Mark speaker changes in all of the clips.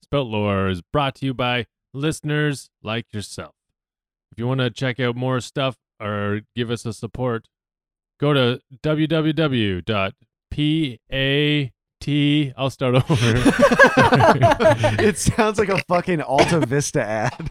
Speaker 1: Spelt Lore is brought to you by listeners like yourself. If you want to check out more stuff or give us a support, go to www.pat. I'll start over.
Speaker 2: it sounds like a fucking Alta Vista ad.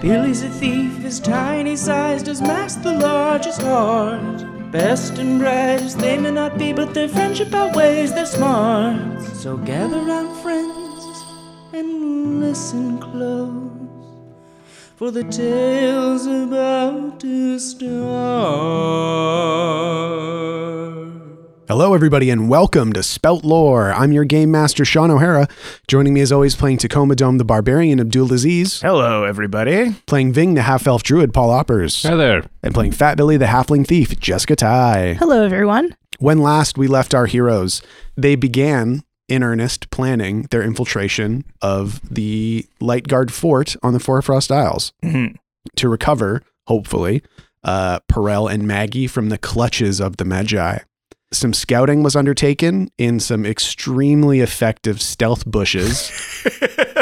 Speaker 3: Billy's a thief, his tiny size does mask the largest heart. Best and brightest they may not be, but their friendship outweighs their smarts. So gather round, friends, and listen close, for the tale's about to start.
Speaker 4: Hello, everybody, and welcome to Spelt Lore. I'm your game master, Sean O'Hara. Joining me, as always, playing Tacoma Dome the Barbarian, Abdul Aziz,
Speaker 5: Hello, everybody.
Speaker 4: playing Ving the Half Elf Druid, Paul Oppers,
Speaker 1: Hi there.
Speaker 4: and playing Fat Billy the Halfling Thief, Jessica Ty.
Speaker 6: Hello, everyone.
Speaker 4: When last we left our heroes, they began in earnest planning their infiltration of the Light Guard Fort on the Four Frost Isles
Speaker 5: Mhm.
Speaker 4: to recover, hopefully, uh, Perel and Maggie from the clutches of the Magi. Some scouting was undertaken in some extremely effective stealth bushes.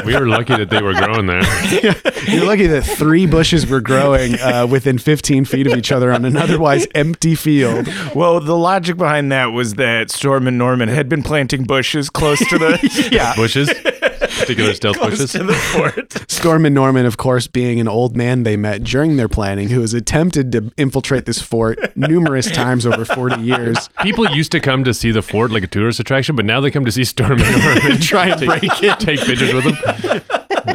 Speaker 1: We were lucky that they were growing there.
Speaker 4: You're lucky that three bushes were growing uh, within 15 feet of each other on an otherwise empty field.
Speaker 5: Well, the logic behind that was that Storm and Norman had been planting bushes close to the yeah,
Speaker 1: Bushes, particular stealth
Speaker 5: close
Speaker 1: bushes.
Speaker 5: to the fort.
Speaker 4: Storm and Norman, of course, being an old man they met during their planning, who has attempted to infiltrate this fort numerous times over 40 years,
Speaker 1: People used to come to see the fort like a tourist attraction, but now they come to see Storm and Norman.
Speaker 4: Try and
Speaker 1: take,
Speaker 4: break
Speaker 1: it. Take pictures with them.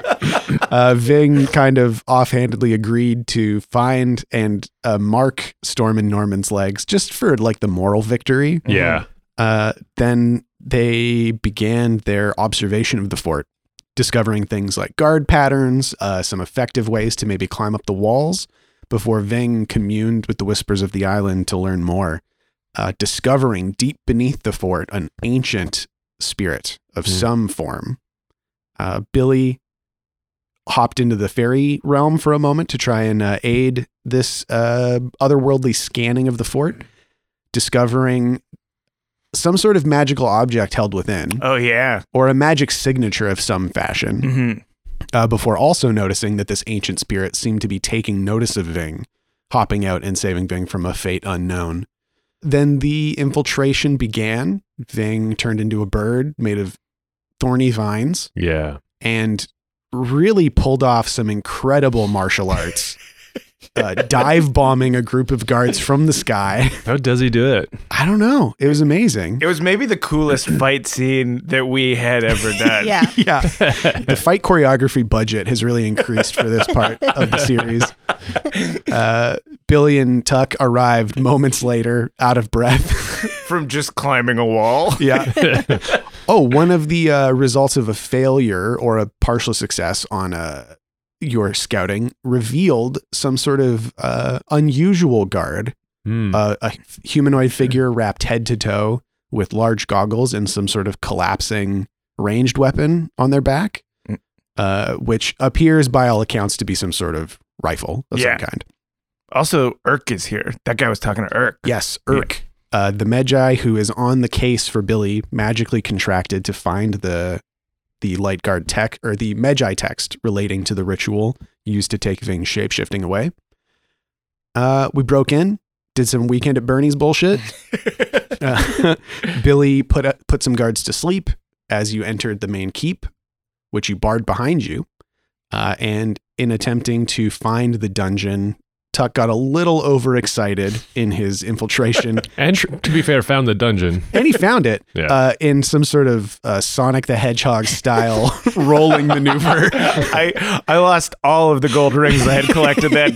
Speaker 4: uh, Ving kind of offhandedly agreed to find and uh, mark Storm and Norman's legs just for like the moral victory.
Speaker 1: Yeah.
Speaker 4: Uh, then they began their observation of the fort, discovering things like guard patterns, uh, some effective ways to maybe climb up the walls, before Ving communed with the whispers of the island to learn more, uh, discovering deep beneath the fort an ancient spirit of
Speaker 1: Hmm.
Speaker 4: some form. Uh, Billy hopped into the fairy realm for a moment to try and uh, aid this uh, otherworldly scanning of the fort, discovering some sort of magical object held within,
Speaker 5: Oh yeah.
Speaker 4: or a magic signature of some fashion,
Speaker 5: hmm
Speaker 4: uh, before also noticing that this ancient spirit seemed to be taking notice of Ving, hopping out and saving Ving from a fate unknown. Then the infiltration began. Ving turned into a bird made of thorny vines
Speaker 1: Yeah.
Speaker 4: and really pulled off some incredible martial arts. Uh, dive bombing a group of guards from the sky.
Speaker 1: How does he do it?
Speaker 4: I don't know. It was amazing.
Speaker 5: It was maybe the coolest fight scene that we had ever done.
Speaker 6: Yeah.
Speaker 4: Yeah. the fight choreography budget has really increased for this part of the series. Uh, Billy and Tuck arrived moments later, out of breath.
Speaker 5: From just climbing a wall.
Speaker 4: yeah. oh, one of the uh, results of a failure or a partial success on uh, your scouting revealed some sort of uh, unusual guard,
Speaker 1: Hmm.
Speaker 4: uh, a humanoid figure wrapped head to toe with large goggles and some sort of collapsing ranged weapon on their back, uh, which appears by all accounts to be some sort of rifle of
Speaker 5: Yeah.
Speaker 4: some kind.
Speaker 5: Also, Irk is here. That guy was talking to Irk.
Speaker 4: Yes,
Speaker 5: Yeah.
Speaker 4: Irk, uh, the Magi who is on the case for Billy, magically contracted to find the the light guard tech or the Magi text relating to the ritual used to take Ving's shapeshifting away. Uh, we broke in, did some weekend at Bernie's bullshit. Uh, Billy put uh, put some guards to sleep as you entered the main keep, which you barred behind you. Uh, and in attempting to find the dungeon, Tuck got a little overexcited in his infiltration,
Speaker 1: and to be fair, found the dungeon.
Speaker 4: and he found it
Speaker 1: Yeah.
Speaker 4: uh, in some sort of uh, Sonic the Hedgehog style rolling maneuver.
Speaker 5: I I lost all of the gold rings I had collected that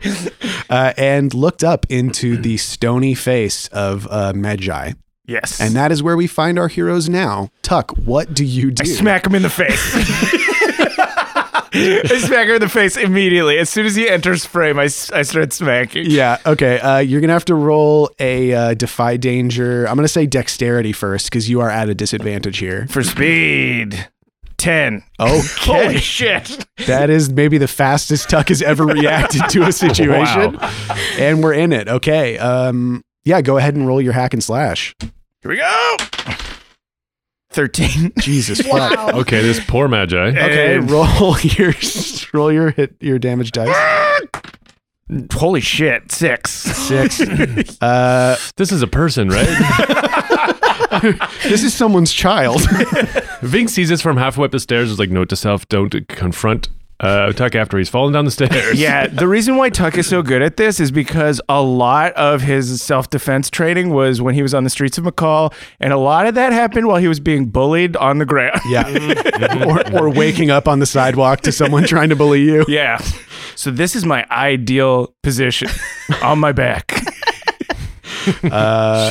Speaker 5: day.
Speaker 4: uh, and looked up into the stony face of uh, Magi,
Speaker 5: Yes.
Speaker 4: And that is where we find our heroes now. Tuck, what do you do?
Speaker 5: I smack him in the face. I smack him in the face immediately. As soon as he enters frame, I, s- I start smacking.
Speaker 4: Yeah. Okay. Uh, you're gonna have to roll a uh, defy danger. I'm gonna say dexterity first because you are at a disadvantage here.
Speaker 5: For speed. 10. Holy
Speaker 4: Okay.
Speaker 5: shit.
Speaker 4: that is maybe the fastest Tuck has ever reacted to a situation, and we're in it. Okay. Um. Yeah. Go ahead and roll your hack and slash.
Speaker 5: Here we go. 13.
Speaker 4: Jesus fuck.
Speaker 1: Okay, this poor magi.
Speaker 4: Okay.
Speaker 5: And-
Speaker 4: Roll your roll your hit your damage dice.
Speaker 5: Holy shit. 6.
Speaker 4: Six. Uh,
Speaker 1: This is a person, right?
Speaker 4: this is someone's child.
Speaker 1: Vink sees this from halfway up the stairs. Is like, note to self: don't confront uh, Tuck after he's fallen down the stairs.
Speaker 5: Yeah, the reason why Tuck is so good at this is because a lot of his self defense training was when he was on the streets of McCall, and a lot of that happened while he was being bullied on the ground.
Speaker 4: yeah. or, or waking up on the sidewalk to someone trying to bully you.
Speaker 5: Yeah. So this is my ideal position on my back.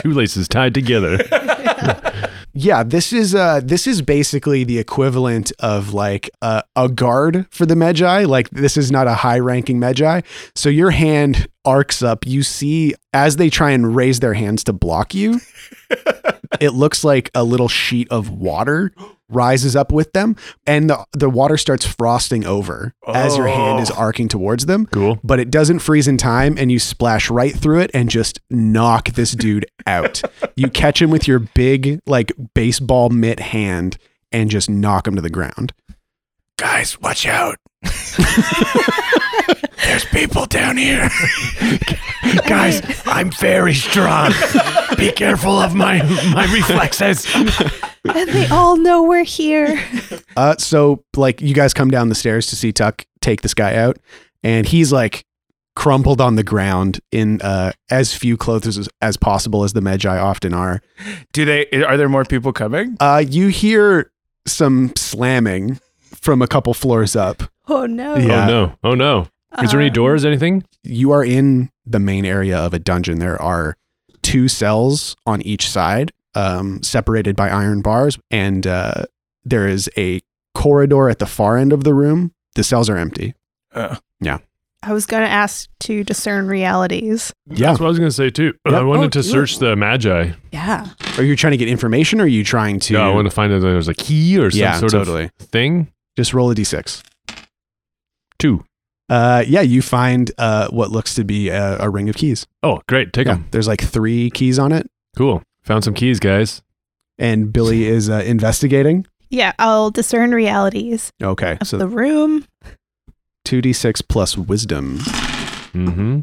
Speaker 1: shoelaces tied together. Oh,
Speaker 4: Yeah, this is uh this is basically the equivalent of like uh, a guard for the Magi. Like this is not a high-ranking Magi. So your hand arcs up. You see as they try and raise their hands to block you, it looks like a little sheet of water rises up with them and the the water starts frosting over as your hand is arcing towards them.
Speaker 1: Cool.
Speaker 4: But it doesn't freeze in time and you splash right through it and just knock this dude out. you catch him with your big like baseball mitt hand and just knock him to the ground.
Speaker 5: Guys, watch out. There's people down here. Guys, I'm very strong. Be careful of my my reflexes.
Speaker 6: And they all know we're here.
Speaker 4: Uh so like you guys come down the stairs to see Tuck take this guy out and he's like crumpled on the ground in uh as few clothes as, as possible as the Magi often are.
Speaker 5: Do they are there more people coming?
Speaker 4: Uh, you hear some slamming from a couple floors up.
Speaker 6: Oh no.
Speaker 4: Yeah.
Speaker 1: Oh no! Oh no! Is there any
Speaker 6: Uh,
Speaker 1: doors? Anything?
Speaker 4: You are in the main area of a dungeon. There are two cells on each side, um, separated by iron bars, and uh, there is a corridor at the far end of the room. The cells are empty.
Speaker 5: Uh,
Speaker 6: I was going to ask to discern realities.
Speaker 4: Yeah.
Speaker 1: That's what I was gonna say too.
Speaker 4: Yeah.
Speaker 1: I wanted
Speaker 6: Oh,
Speaker 1: to
Speaker 6: cool.
Speaker 1: search the magi.
Speaker 6: Yeah.
Speaker 4: Are you trying to get information, or are you trying to?
Speaker 1: No, I want to find out if there's a key or some
Speaker 4: yeah,
Speaker 1: sort
Speaker 4: totally.
Speaker 1: of thing.
Speaker 4: Just roll a d6.
Speaker 1: Two.
Speaker 4: Uh, yeah, you find uh, what looks to be a, a ring of keys.
Speaker 1: Oh, great! Take
Speaker 4: Yeah,
Speaker 1: them.
Speaker 4: there's like three keys on it,
Speaker 1: Cool. Found some keys, guys.
Speaker 4: and Billy is uh, investigating.
Speaker 6: Yeah, I'll discern realities
Speaker 4: Okay.
Speaker 6: of
Speaker 4: So
Speaker 6: the room.
Speaker 4: 2d6 plus wisdom.
Speaker 1: Mm-hmm.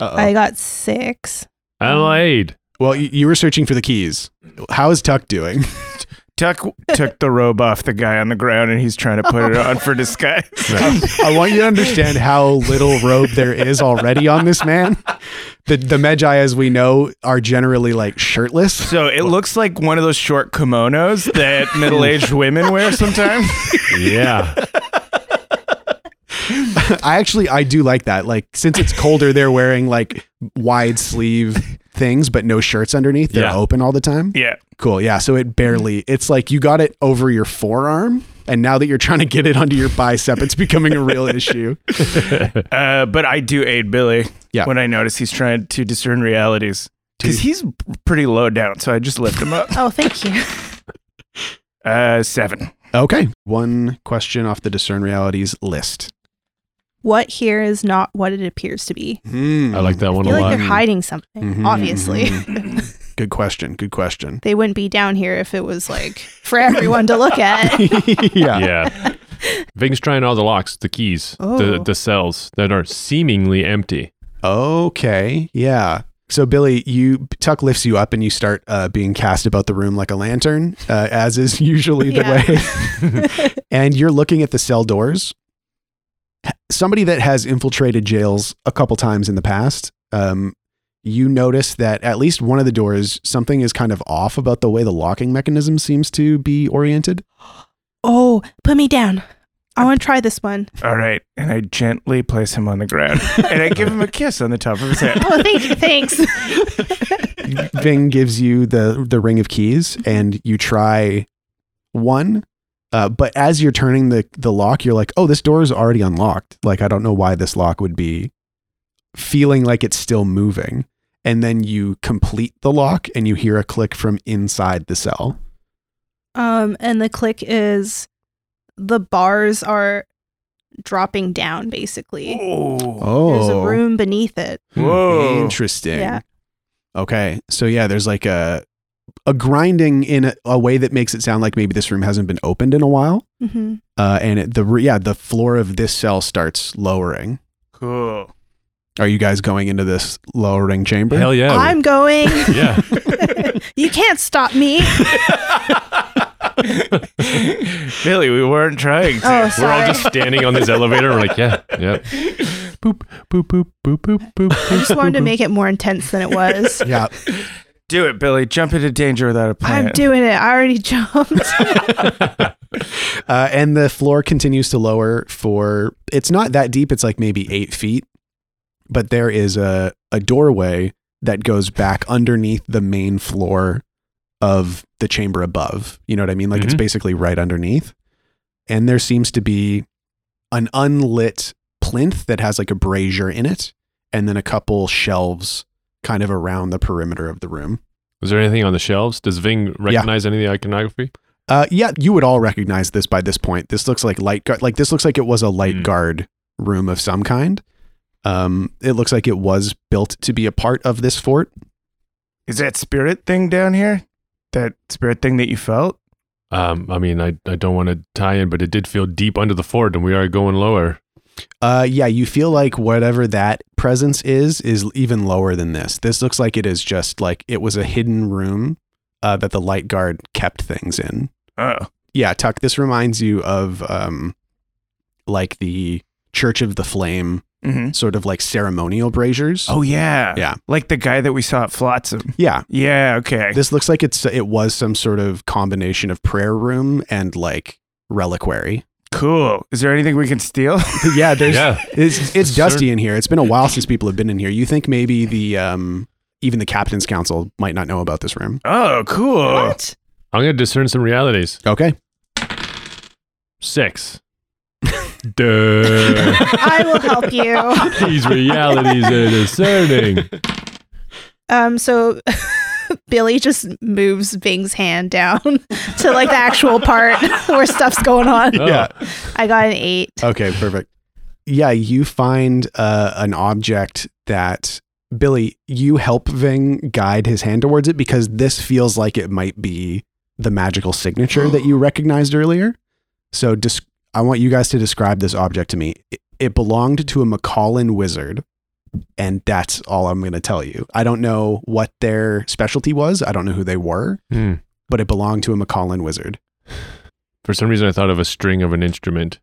Speaker 6: I got 6.
Speaker 1: Adelaide.
Speaker 4: Well, you, you were searching for the keys. How is Tuck doing?
Speaker 5: Tuck took the robe off the guy on the ground and he's trying to put it on for disguise.
Speaker 4: I want you to understand how little robe there is already on this man. The, the Magi, as we know, are generally like shirtless.
Speaker 5: So it looks like one of those short kimonos that middle aged women wear sometimes.
Speaker 1: Yeah.
Speaker 4: I actually, I do like that. Like, since it's colder, they're wearing like wide sleeve things, but no shirts underneath. They're
Speaker 1: Yeah.
Speaker 4: open all the time.
Speaker 5: Yeah.
Speaker 4: Cool. Yeah. So it barely, it's like you got it over your forearm. And now that you're trying to get it onto your bicep, it's becoming a real issue.
Speaker 5: Uh, but I do aid Billy
Speaker 4: Yeah.
Speaker 5: when I notice he's trying to discern realities. Because he's pretty low down, so I just lift him up.
Speaker 6: Oh, thank you.
Speaker 5: Uh, seven.
Speaker 4: Okay. One question off the discern realities list.
Speaker 6: what here is not what it appears to be.
Speaker 1: I like that
Speaker 6: I
Speaker 1: one a Mm-hmm,
Speaker 6: feel like
Speaker 1: lot.
Speaker 6: they're hiding something,
Speaker 4: Mhm,
Speaker 6: obviously.
Speaker 4: Good question. Good question.
Speaker 6: they wouldn't be down here if it was like for everyone to look at.
Speaker 4: yeah.
Speaker 1: yeah. Ving's trying all the locks, the keys, the
Speaker 6: Oh.
Speaker 1: the cells that are seemingly empty.
Speaker 4: Okay. Yeah. So Billy, you Tuck lifts you up and you start uh, being cast about the room like a lantern, uh, as is usually the
Speaker 6: Yeah.
Speaker 4: way. and you're looking at the cell doors. Somebody that has infiltrated jails a couple times in the past, um, you notice that at least one of the doors, something is kind of off about the way the locking mechanism seems to be oriented.
Speaker 6: Oh, put me down. I want to try this one.
Speaker 5: All right. And I gently place him on the ground. and I give him a kiss on the top of his head.
Speaker 6: Oh, thank you. Thanks.
Speaker 4: Ving gives you the the ring of keys, and you try one. Uh, but as you're turning the the lock, you're like, "Oh, this door is already unlocked." Like, I don't know why this lock would be feeling like it's still moving. And then you complete the lock, and you hear a click from inside the cell.
Speaker 6: Um, and the click is the bars are dropping down, basically.
Speaker 5: Oh.
Speaker 6: There's a
Speaker 4: Oh,
Speaker 6: room beneath it.
Speaker 5: Whoa.
Speaker 4: interesting.
Speaker 6: Yeah.
Speaker 4: Okay, so yeah, there's like a a grinding in a, a way that makes it sound like maybe this room hasn't been opened in a while.
Speaker 6: hmm
Speaker 4: Uh, and it, the re- yeah, the floor of this cell starts lowering.
Speaker 5: Cool.
Speaker 4: Are you guys going into this lowering chamber?
Speaker 1: Hell yeah. we-
Speaker 6: I'm going.
Speaker 1: Oh. yeah.
Speaker 6: you can't stop me. Oh,
Speaker 5: Billy, we weren't trying to.
Speaker 6: Oh,
Speaker 1: We're all
Speaker 6: sorry.
Speaker 1: just standing on this elevator. We're like, yeah, yeah. Boop, boop, boop, boop, boop, boop.
Speaker 6: I just wanted to make it more intense than it was.
Speaker 4: Yeah.
Speaker 5: Do it, Billy. Jump into danger without a plan.
Speaker 6: I'm doing it. I already jumped.
Speaker 4: Uh, and the floor continues to lower for, it's not that deep. It's like maybe eight feet, but there is a, a doorway that goes back underneath the main floor of the chamber above. You know what I mean? Like it's
Speaker 1: Mhm.
Speaker 4: basically right underneath. And there seems to be an unlit plinth that has like a brazier in it, and then a couple shelves kind of around the perimeter of the room.
Speaker 1: Was there anything on the shelves? Does Ving recognize any of the iconography?
Speaker 4: Uh, yeah, you would all recognize this by this point. This looks like light guard. Like this looks like it was a light
Speaker 1: Mm.
Speaker 4: guard room of some kind. Um, it looks like it was built to be a part of this fort.
Speaker 5: Is that spirit thing down here? That spirit thing that you felt?
Speaker 1: Um, I mean, I, I don't want to tie in, but it did feel deep under the fort, and we are going lower.
Speaker 4: Uh, yeah, you feel like whatever that presence is is even lower than this. This looks like it is just like it was a hidden room uh, that the light guard kept things in.
Speaker 5: Oh.
Speaker 4: yeah, Tuck, this reminds you of um like the Church of the Flame
Speaker 5: hmm
Speaker 4: sort of like ceremonial braziers.
Speaker 5: Oh, yeah.
Speaker 4: Yeah.
Speaker 5: Like the guy that we saw at Flotsam.
Speaker 4: yeah.
Speaker 5: Yeah, okay.
Speaker 4: This looks like it's it was some sort of combination of prayer room and like reliquary.
Speaker 5: cool. Is there anything we can steal?
Speaker 4: yeah, there's
Speaker 1: Yeah.
Speaker 4: it's it's
Speaker 1: Sure.
Speaker 4: dusty in here. It's been a while since people have been in here. You think maybe the um even the captain's council might not know about this room.
Speaker 5: oh, cool.
Speaker 6: what?
Speaker 1: I'm going to discern some realities.
Speaker 4: Okay.
Speaker 1: Six. Duh.
Speaker 6: I will help you.
Speaker 1: These realities are discerning.
Speaker 6: Um, so Billy just moves Bing's hand down to like the actual part where stuff's going on.
Speaker 1: Oh.
Speaker 4: Yeah.
Speaker 6: I got an eight.
Speaker 4: Okay, perfect. Yeah, you find uh, an object that Billy, you help Ving guide his hand towards it because this feels like it might be the magical signature that you recognized earlier. So dis- I want you guys to describe this object to me. It, it belonged to a McCollin wizard, and that's all I'm going to tell you. I don't know what their specialty was. I don't know who they were,
Speaker 1: Hmm.
Speaker 4: but it belonged to a McCollin wizard.
Speaker 1: For some reason, I thought of a string of an instrument.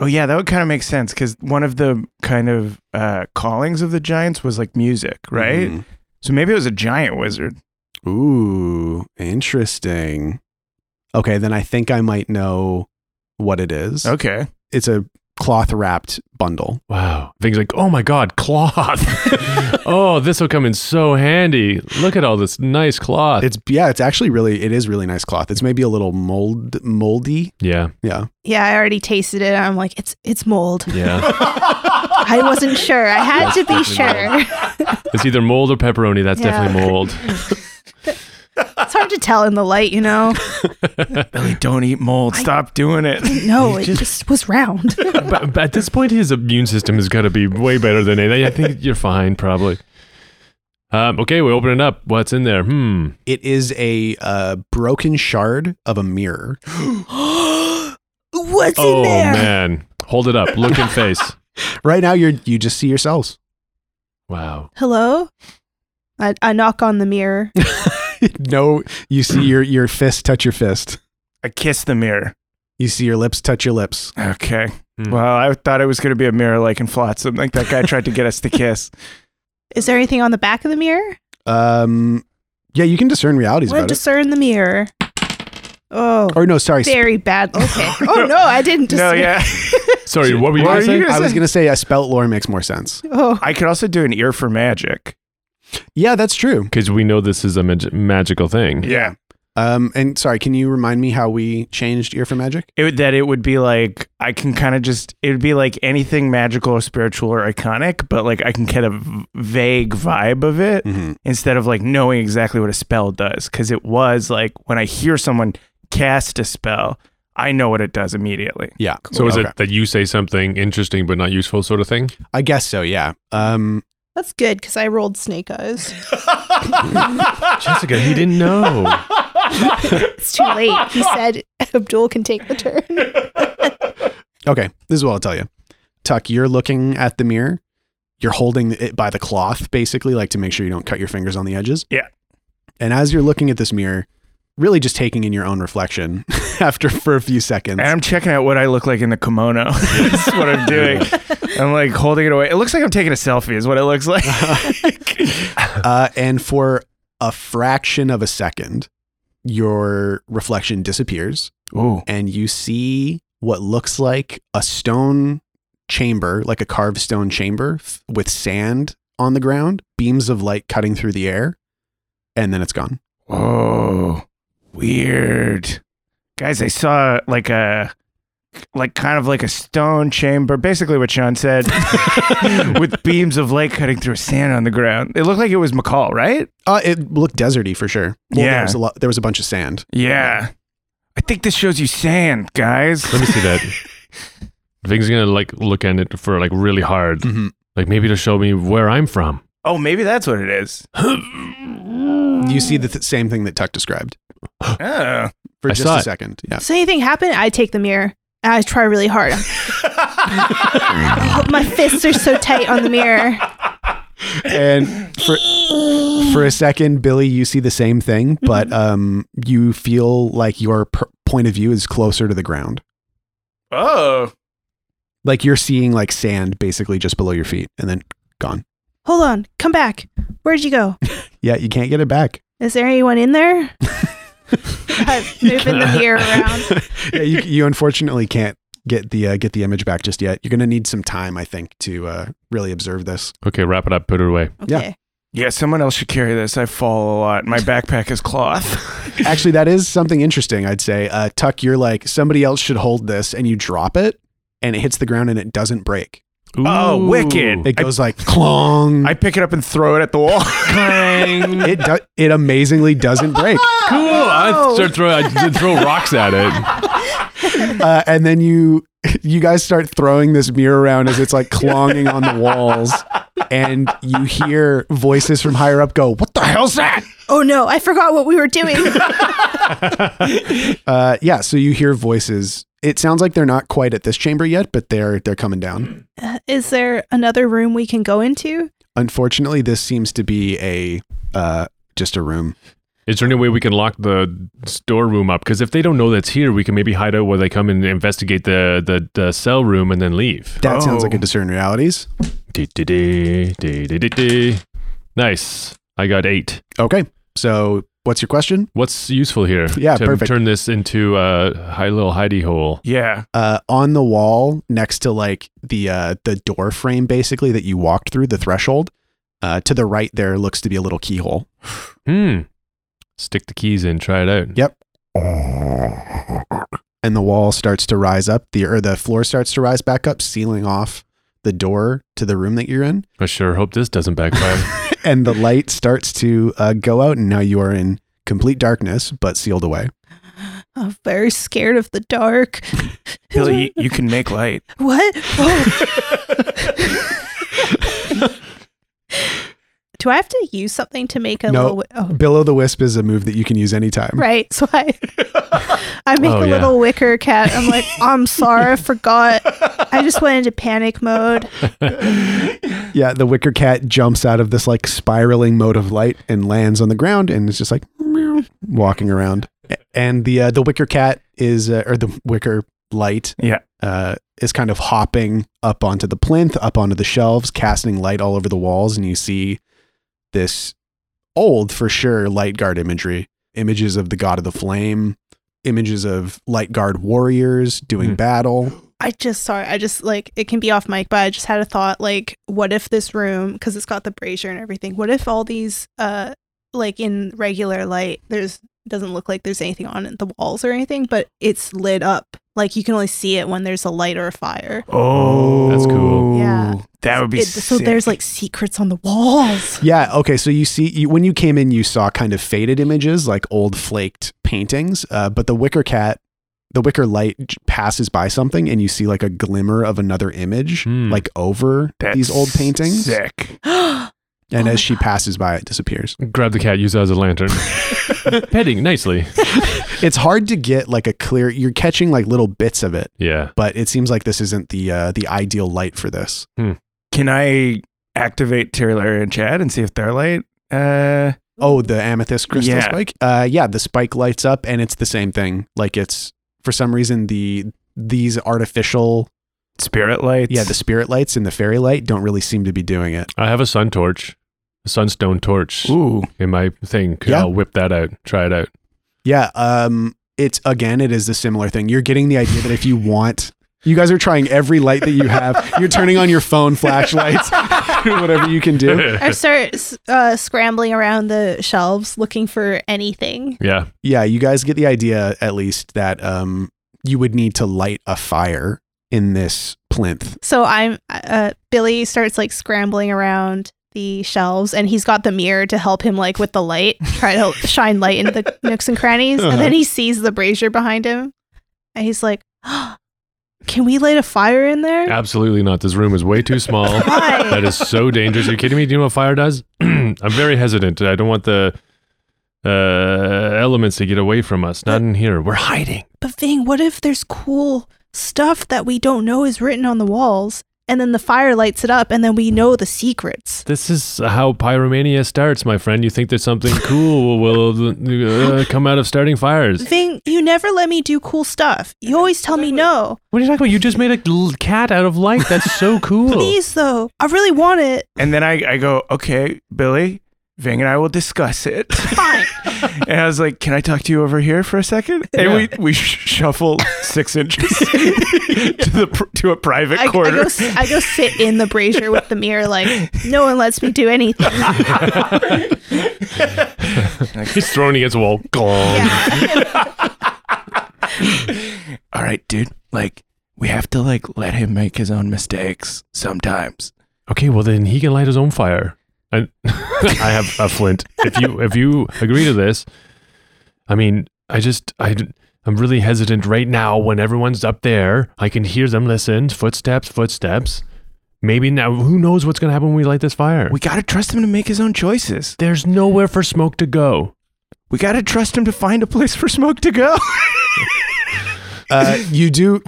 Speaker 5: Oh, yeah, that would kind of make sense because one of the kind of uh, callings of the giants was like music, right?
Speaker 4: Mhm.
Speaker 5: So maybe it was a giant wizard.
Speaker 4: Ooh, interesting. Okay, then I think I might know what it is.
Speaker 5: Okay.
Speaker 4: It's a cloth wrapped bundle.
Speaker 1: Wow. Things like, oh my God, cloth. oh, this will come in so handy. Look at all this nice cloth.
Speaker 4: It's yeah, it's actually really it is really nice cloth. It's maybe a little mold moldy.
Speaker 1: yeah.
Speaker 4: Yeah.
Speaker 6: Yeah, I already tasted it. I'm like, it's it's mold.
Speaker 1: Yeah.
Speaker 6: I wasn't sure. I had to be
Speaker 1: That's
Speaker 6: sure.
Speaker 1: definitely it's either mold or pepperoni. That's
Speaker 6: Yeah.
Speaker 1: definitely mold.
Speaker 6: It's hard to tell in the light, you know.
Speaker 5: Billy, don't eat mold. Stop doing it.
Speaker 6: No, it just was round.
Speaker 1: but, but at this point, his immune system has got to be way better than anything. I think you're fine, probably. Um, okay, we open it up. What's in there? Hmm.
Speaker 4: It is a uh, broken shard of a mirror.
Speaker 6: What's
Speaker 1: oh
Speaker 6: in there?
Speaker 1: man, hold it up. Look in face.
Speaker 4: Right now you're you just see yourselves.
Speaker 1: Wow.
Speaker 6: Hello? I, I knock on the mirror.
Speaker 4: no, you see your your fist touch your fist.
Speaker 5: I kissed the mirror.
Speaker 4: You see your lips touch your lips.
Speaker 5: Okay.
Speaker 1: Hmm.
Speaker 5: Well, I thought it was going to be a mirror like in Flotsam. Like that guy tried to get us to kiss.
Speaker 6: Is there anything on the back of the mirror?
Speaker 4: Um yeah, you can discern realities
Speaker 6: I want
Speaker 4: about
Speaker 6: to
Speaker 4: it.
Speaker 6: discern the mirror. Oh,
Speaker 4: Or no, sorry. sp-
Speaker 6: very bad. Okay. Oh no, I didn't. Just
Speaker 5: no, yeah.
Speaker 1: Sorry, what were you
Speaker 5: What
Speaker 1: going
Speaker 5: are
Speaker 1: to say?
Speaker 5: you-
Speaker 4: I was going to say a spout lore makes more sense.
Speaker 6: Oh,
Speaker 5: I could also do an ear for magic.
Speaker 4: Yeah, that's true.
Speaker 1: Because we know this is a mag- magical thing.
Speaker 5: Yeah.
Speaker 4: Um, and sorry, can you remind me how we changed ear for magic?
Speaker 5: It would, that it would be like I can kind of just it would be like anything magical or spiritual or iconic, but like I can get a v- vague vibe of it
Speaker 4: Mm-hmm.
Speaker 5: instead of like knowing exactly what a spell does. Because it was like when I hear someone cast a spell, I know what it does immediately.
Speaker 4: Yeah.
Speaker 1: So is
Speaker 4: Okay.
Speaker 1: it that you say something interesting but not useful, sort of thing?
Speaker 4: I guess so. Yeah. Um,
Speaker 6: that's good because I rolled snake eyes.
Speaker 1: Jessica, he didn't know.
Speaker 6: It's too late. He said Abdul can take the turn.
Speaker 4: okay. This is what I'll tell you. Tuck, you're looking at the mirror. You're holding it by the cloth, basically, like to make sure you don't cut your fingers on the edges.
Speaker 5: Yeah.
Speaker 4: And as you're looking at this mirror, really just taking in your own reflection after for a few seconds.
Speaker 5: And I'm checking out what I look like in the kimono. That's what I'm doing. I'm like holding it away. It looks like I'm taking a selfie, is what it looks like.
Speaker 4: Uh, and for a fraction of a second, your reflection disappears
Speaker 5: Ooh.
Speaker 4: and you see what looks like a stone chamber, like a carved stone chamber f- with sand on the ground, beams of light cutting through the air, and then it's gone.
Speaker 5: Whoa. Weird. Guys, I saw like a like kind of like a stone chamber, basically what Sean said, with beams of light cutting through sand on the ground. It looked like it was McCall, right?
Speaker 4: Uh, it looked deserty for sure.
Speaker 5: Yeah.
Speaker 4: there was a lot. There was a bunch of sand.
Speaker 5: Yeah. I think this shows you sand, guys.
Speaker 1: Let me see that. Ving's gonna like look at it for like really hard.
Speaker 4: Mhm.
Speaker 1: Like maybe it'll show me where I'm from.
Speaker 5: Oh, maybe that's what it is.
Speaker 4: You see the th- same thing that Tuck described
Speaker 5: Oh.
Speaker 4: for
Speaker 1: I
Speaker 4: just
Speaker 1: saw
Speaker 4: a
Speaker 1: it.
Speaker 4: second. Yeah.
Speaker 6: So anything happen? I take the mirror. And I try really hard. My fists are so tight on the mirror.
Speaker 4: and for for a second, Billy, you see the same thing, but um, you feel like your per- point of view is closer to the ground.
Speaker 5: Oh.
Speaker 4: Like you're seeing like sand basically just below your feet, and then gone.
Speaker 6: Hold on, come back. Where'd you go?
Speaker 4: Yeah, you can't get it back.
Speaker 6: Is there anyone in there? I'm moving the mirror around.
Speaker 4: Yeah, you, you unfortunately can't get the uh, get the image back just yet. You're gonna need some time, I think, to uh, really observe this.
Speaker 1: Okay, wrap it up, put it away.
Speaker 4: Yeah.
Speaker 6: Okay.
Speaker 5: Yeah, someone else should carry this. I fall a lot. My backpack is cloth.
Speaker 4: Actually, that is something interesting. I'd say, uh, Tuck, you're like somebody else should hold this, and you drop it, and it hits the ground, and it doesn't break.
Speaker 5: Oh,
Speaker 1: Ooh.
Speaker 5: wicked.
Speaker 4: It goes like clong.
Speaker 5: I pick it up and throw it at the wall.
Speaker 4: it do- it amazingly doesn't break.
Speaker 1: Cool. I start throw I did throw rocks at it.
Speaker 4: Uh, and then you you guys start throwing this mirror around as it's like clonging on the walls, and you hear voices from higher up go, "What the hell's that?"
Speaker 6: Oh no, I forgot what we were doing.
Speaker 4: Uh, yeah, so you hear voices. It sounds like they're not quite at this chamber yet, but they're they're coming down.
Speaker 6: Is there another room we can go into?
Speaker 4: Unfortunately, this seems to be a uh, just a room.
Speaker 1: Is there any way we can lock the storeroom up? Because if they don't know that's here, we can maybe hide out while they come and investigate the the, the cell room and then leave.
Speaker 4: That sounds like
Speaker 5: Oh.
Speaker 4: a discern realities.
Speaker 1: Dee-dee-dee, dee-dee-dee-dee. Nice. I got eight.
Speaker 4: Okay, so what's your question?
Speaker 1: What's useful here?
Speaker 4: Yeah,
Speaker 1: to
Speaker 4: perfect.
Speaker 1: Turn this into a high little hidey hole.
Speaker 5: yeah.
Speaker 4: uh, on the wall next to like the uh, the door frame basically that you walked through the threshold uh, to the right there looks to be a little keyhole
Speaker 1: Hmm. Stick the keys in. Try it out.
Speaker 4: Yep. and the wall starts to rise up the or the floor starts to rise back up sealing off the door to the room that you're in
Speaker 1: I sure hope this doesn't backfire.
Speaker 4: and the light starts to uh, go out and now you are in complete darkness but sealed away
Speaker 6: I'm Oh, very scared of the dark.
Speaker 5: Billy, you, you can make light.
Speaker 6: What? Oh. Do I have to use something to make a
Speaker 4: No.
Speaker 6: little? wi- Oh,
Speaker 4: billow the wisp is a move that you can use anytime
Speaker 6: right. So I, I make
Speaker 1: Oh,
Speaker 6: a
Speaker 1: yeah.
Speaker 6: little wicker cat. I'm like, I'm sorry, I forgot. I just went into panic mode.
Speaker 4: yeah the wicker cat jumps out of this like spiraling mode of light and lands on the ground and is just like meow, walking around A- and the uh, the wicker cat is uh, or the wicker light
Speaker 5: Yeah.
Speaker 4: uh, is kind of hopping up onto the plinth up onto the shelves casting light all over the walls and you see this old for sure light guard imagery images of the god of the flame images of light guard warriors doing
Speaker 1: Hmm.
Speaker 4: battle.
Speaker 6: I just sorry, I just like it can be off mic, but I just had a thought like, what if this room, because it's got the brazier and everything, what if all these, uh, like in regular light, there's doesn't look like there's anything on it, the walls or anything, but it's lit up. Like you can only see it when there's a light or a fire.
Speaker 5: Oh,
Speaker 1: That's cool.
Speaker 6: Yeah.
Speaker 5: That would be
Speaker 6: It- so.
Speaker 5: sick.
Speaker 6: There's like secrets on the walls.
Speaker 4: Yeah. Okay. So you see, you, when you came in, you saw kind of faded images, like old flaked paintings. Uh, but the wicker cat, the wicker light j- passes by something, and you see like a glimmer of another image,
Speaker 1: Hmm.
Speaker 4: like over
Speaker 5: That's
Speaker 4: these old paintings.
Speaker 5: Sick.
Speaker 4: And
Speaker 6: Oh my
Speaker 4: as she passes by, it disappears.
Speaker 1: Grab the cat, use it as a lantern. Petting nicely.
Speaker 4: It's hard to get like a clear. You're catching like little bits of it,
Speaker 1: Yeah.
Speaker 4: but it seems like this isn't the uh, the ideal light for this.
Speaker 5: Can I activate Terry, Larry, and Chad and see if they're late? Uh,
Speaker 4: Oh, the amethyst crystal
Speaker 5: Yeah.
Speaker 4: spike. Uh, yeah, the spike lights up, and it's the same thing. Like it's for some reason the these artificial
Speaker 5: spirit lights.
Speaker 4: Yeah, the spirit lights and the fairy light don't really seem to be doing it.
Speaker 1: I have a sun torch, a sunstone torch
Speaker 5: Ooh.
Speaker 1: in my thing. Could
Speaker 4: Yeah.
Speaker 1: I'll whip that out, try it out.
Speaker 4: Yeah, um it's again it is the similar thing. You're getting the idea that if you want you guys are trying every light that you have. You're turning on your phone flashlights, whatever you can do.
Speaker 6: I start uh, scrambling around the shelves looking for anything.
Speaker 1: yeah.
Speaker 4: Yeah, you guys get the idea at least that um you would need to light a fire in this plinth.
Speaker 6: So I'm uh, Billy starts like scrambling around the shelves, and he's got the mirror to help him like with the light, try to shine light into the nooks and crannies, and then he sees the brazier behind him, and he's like, "Can we light a fire in there?"
Speaker 1: Absolutely not. This room is way too small.
Speaker 6: Why?
Speaker 1: that is so dangerous. Are you kidding me? Do you know what fire does? I'm very hesitant. I don't want the uh, elements to get away from us. Not in here. We're hiding.
Speaker 6: But Ving, what if there's cool stuff that we don't know is written on the walls, and then the fire lights it up, and then we know the secrets?
Speaker 1: This is how pyromania starts, my friend. You think there's something cool will uh, come out of starting fires.
Speaker 6: Ving, you never let me do cool stuff. You always tell me no.
Speaker 1: What are you talking about? You just made a l- cat out of light. That's so cool.
Speaker 6: Please, though, I really want it.
Speaker 5: And then I, I go, okay, Billy, Ving and I will discuss it.
Speaker 6: Fine.
Speaker 5: And I was like, can I talk to you over here for a second? And
Speaker 1: Yeah.
Speaker 5: we, we sh- shuffle six inches to, the, pr- to a private
Speaker 6: I, I
Speaker 5: corner.
Speaker 6: go, s- I go sit in the brazier with the mirror, like no one lets me do anything.
Speaker 1: He's thrown against a wall. Gong.
Speaker 4: Oh,
Speaker 6: Yeah.
Speaker 5: All right, dude, like, we have to, like, let him make his own mistakes sometimes.
Speaker 1: Okay, well then he can light his own fire. And I have a flint. If you if you agree to this, I mean, I just I I'm really hesitant right now when everyone's up there. I can hear them listen, footsteps, footsteps. Maybe now who knows what's going to happen when we light this fire?
Speaker 5: We got to trust him to make his own choices.
Speaker 1: There's nowhere for smoke to go.
Speaker 5: We got to trust him to find a place for smoke to go.
Speaker 4: Uh, you do,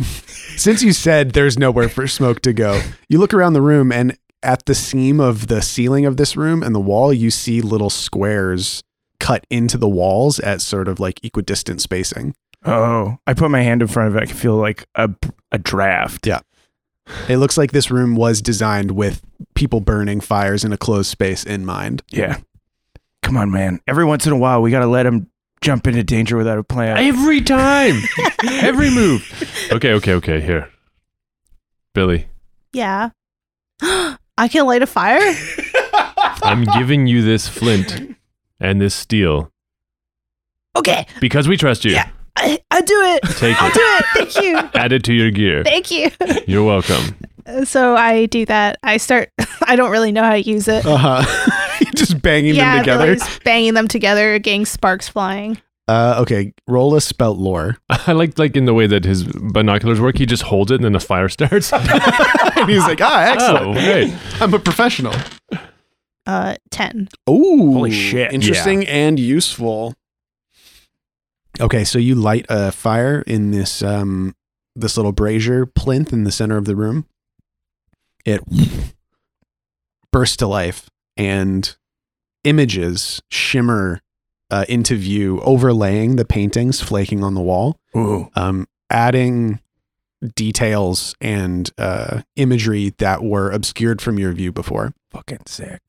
Speaker 4: since you said there's nowhere for smoke to go, you look around the room and at the seam of the ceiling of this room and the wall, you see little squares cut into the walls at sort of like equidistant spacing.
Speaker 5: Oh, I put my hand in front of it. I can feel like a, a draft.
Speaker 4: It looks like this room was designed with people burning fires in a closed space in mind.
Speaker 5: Yeah. Come on, man. Every once in a while, we got to let him jump into danger without a plan.
Speaker 1: Every time. Every move. Okay, okay, okay, here. Billy,
Speaker 6: yeah. I can light a fire.
Speaker 1: I'm giving you this flint and this steel
Speaker 6: Okay,
Speaker 1: because we trust you.
Speaker 6: Yeah. I, I do it.
Speaker 1: Take
Speaker 6: I'll
Speaker 1: it.
Speaker 6: do it. Thank you.
Speaker 1: Add it to your gear.
Speaker 6: Thank you.
Speaker 1: You're welcome.
Speaker 6: So I do that. I start. I don't really know how to use it.
Speaker 4: Uh huh. Just banging
Speaker 6: yeah,
Speaker 4: them together.
Speaker 6: Billy's banging them together, getting sparks flying.
Speaker 4: Uh, okay, roll a spelt lore.
Speaker 1: I like like in the way that his binoculars work. He just holds it and then the fire starts.
Speaker 6: Oh,
Speaker 4: and he's like, ah,
Speaker 1: oh,
Speaker 4: excellent.
Speaker 1: right.
Speaker 4: I'm a professional.
Speaker 6: Uh, ten.
Speaker 4: Ooh.
Speaker 5: Holy shit.
Speaker 4: Interesting and useful. Okay, so you light a fire in this um this little brazier plinth in the center of the room. It bursts to life and images shimmer uh, into view, overlaying the paintings flaking on the wall,
Speaker 5: Ooh.
Speaker 4: um, adding details and uh, imagery that were obscured from your view before.
Speaker 5: Fucking sick.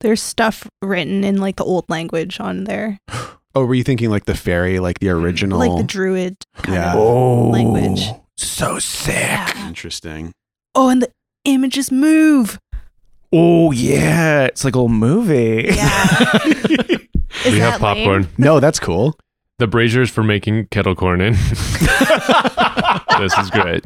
Speaker 6: There's stuff written in like the old language on there.
Speaker 4: Oh, were you thinking like the fairy, like the original?
Speaker 6: Mm-hmm. like the druid kind
Speaker 4: Yeah.
Speaker 6: of
Speaker 5: Oh,
Speaker 6: language.
Speaker 5: so sick.
Speaker 6: Yeah.
Speaker 4: Interesting.
Speaker 6: Oh, and the images move.
Speaker 5: Oh yeah, it's like a little movie.
Speaker 6: Yeah. Is
Speaker 1: we have
Speaker 6: that lame?
Speaker 1: popcorn.
Speaker 4: No, that's cool.
Speaker 1: The braziers for making kettle corn in. this is great.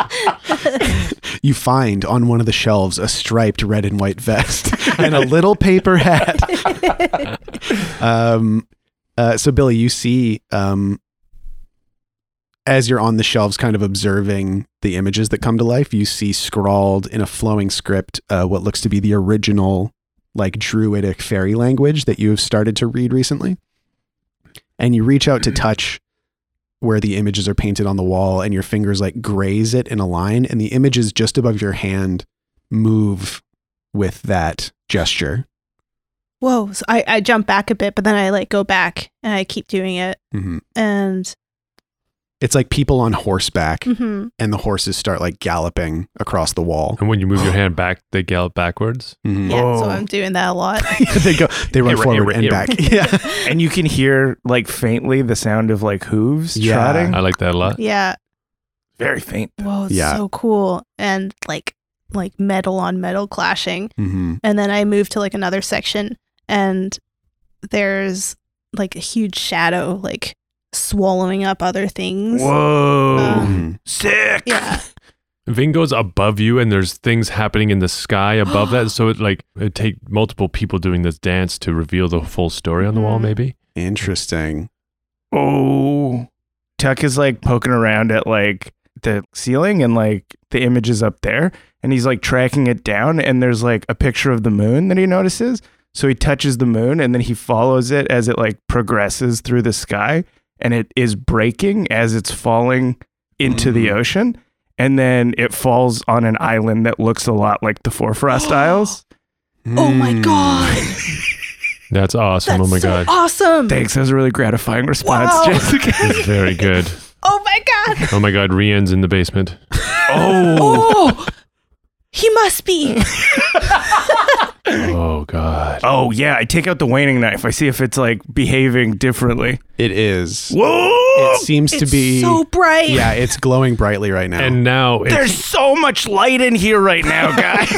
Speaker 4: You find on one of the shelves a striped red and white vest and a little paper hat. um, uh, so, Billy, you see um, as you're on the shelves, kind of observing the images that come to life, you see scrawled in a flowing script uh, what looks to be the original, like druidic fairy language that you have started to read recently. And you reach out to
Speaker 6: Mm-hmm.
Speaker 4: touch where the images are painted on the wall, and your fingers like graze it in a line, and the images just above your hand move with that gesture.
Speaker 6: Whoa. So I, I jump back a bit, but then I like go back and I keep doing it.
Speaker 4: Mm-hmm.
Speaker 6: And
Speaker 4: It's like people on horseback,
Speaker 6: mhm.
Speaker 4: and the horses start like galloping across the wall.
Speaker 1: And when you move your hand back, they gallop backwards.
Speaker 4: Mhm.
Speaker 6: yeah, so
Speaker 5: Whoa.
Speaker 6: I'm doing that a lot.
Speaker 4: they go, they run
Speaker 1: Era- era-
Speaker 4: forward and
Speaker 1: era.
Speaker 4: back. Yeah,
Speaker 5: And you can hear like faintly the sound of like hooves
Speaker 4: Yeah.
Speaker 5: trotting.
Speaker 1: I like that a lot.
Speaker 6: yeah.
Speaker 5: Very faint.
Speaker 6: Whoa, it's
Speaker 4: Yeah.
Speaker 6: so cool. And like like metal on metal clashing.
Speaker 4: mm-hmm.
Speaker 6: And then I move to like another section and there's like a huge shadow like swallowing up other things.
Speaker 5: Whoa,
Speaker 4: Mm-hmm.
Speaker 6: Uh,
Speaker 5: sick.
Speaker 6: Yeah.
Speaker 1: Ving goes above you, and there's things happening in the sky above that. So it like it take multiple people doing this dance to reveal the full story on the wall.
Speaker 6: Mhm.
Speaker 1: Maybe
Speaker 4: interesting.
Speaker 5: Oh, Tuck is like poking around at like the ceiling and like the images up there, and he's like tracking it down. And there's like a picture of the moon that he notices. So he touches the moon and then he follows it as it like progresses through the sky, and it is breaking as it's falling into the ocean. And then it falls on an island that looks a lot like the Four Frost Isles.
Speaker 6: Oh my god.
Speaker 1: that's awesome.
Speaker 6: That's
Speaker 1: oh my
Speaker 6: so
Speaker 1: god,
Speaker 6: awesome.
Speaker 5: Thanks. That was a really gratifying response,
Speaker 6: Wow.
Speaker 5: Jessica.
Speaker 1: it's very good.
Speaker 6: oh my god.
Speaker 1: Oh my god, Rian's in the basement.
Speaker 5: oh.
Speaker 6: Oh. he must be.
Speaker 1: Oh god,
Speaker 5: Oh yeah, I take out the waning knife. I see if it's like behaving differently.
Speaker 4: It is.
Speaker 5: Whoa!
Speaker 4: It seems to
Speaker 6: It's
Speaker 4: be.
Speaker 6: so bright.
Speaker 4: yeah, it's glowing brightly right now.
Speaker 1: and now it's
Speaker 5: There's so much light in here right now, guys.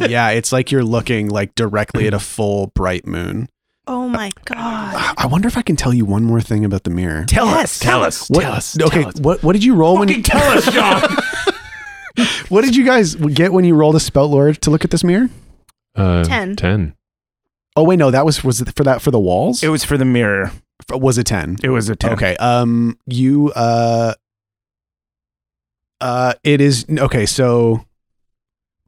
Speaker 4: yeah, it's like you're looking like directly at a full bright moon.
Speaker 6: Oh my god.
Speaker 4: I wonder if I can tell you one more thing about the mirror.
Speaker 5: tell
Speaker 6: Yes.
Speaker 5: us, tell us,
Speaker 4: What,
Speaker 5: tell us.
Speaker 4: Okay,
Speaker 5: tell us.
Speaker 4: what what did you roll when you,
Speaker 5: Fucking tell us, John.
Speaker 4: what did you guys get when you rolled a spout lore to look at this mirror?
Speaker 1: uh,
Speaker 6: Ten.
Speaker 1: Ten.
Speaker 4: Oh wait, no, that was was it for that for the walls.
Speaker 5: it was for the mirror.
Speaker 4: F- was a ten.
Speaker 5: It was a ten.
Speaker 4: Okay. Um, you uh, uh, it is okay. So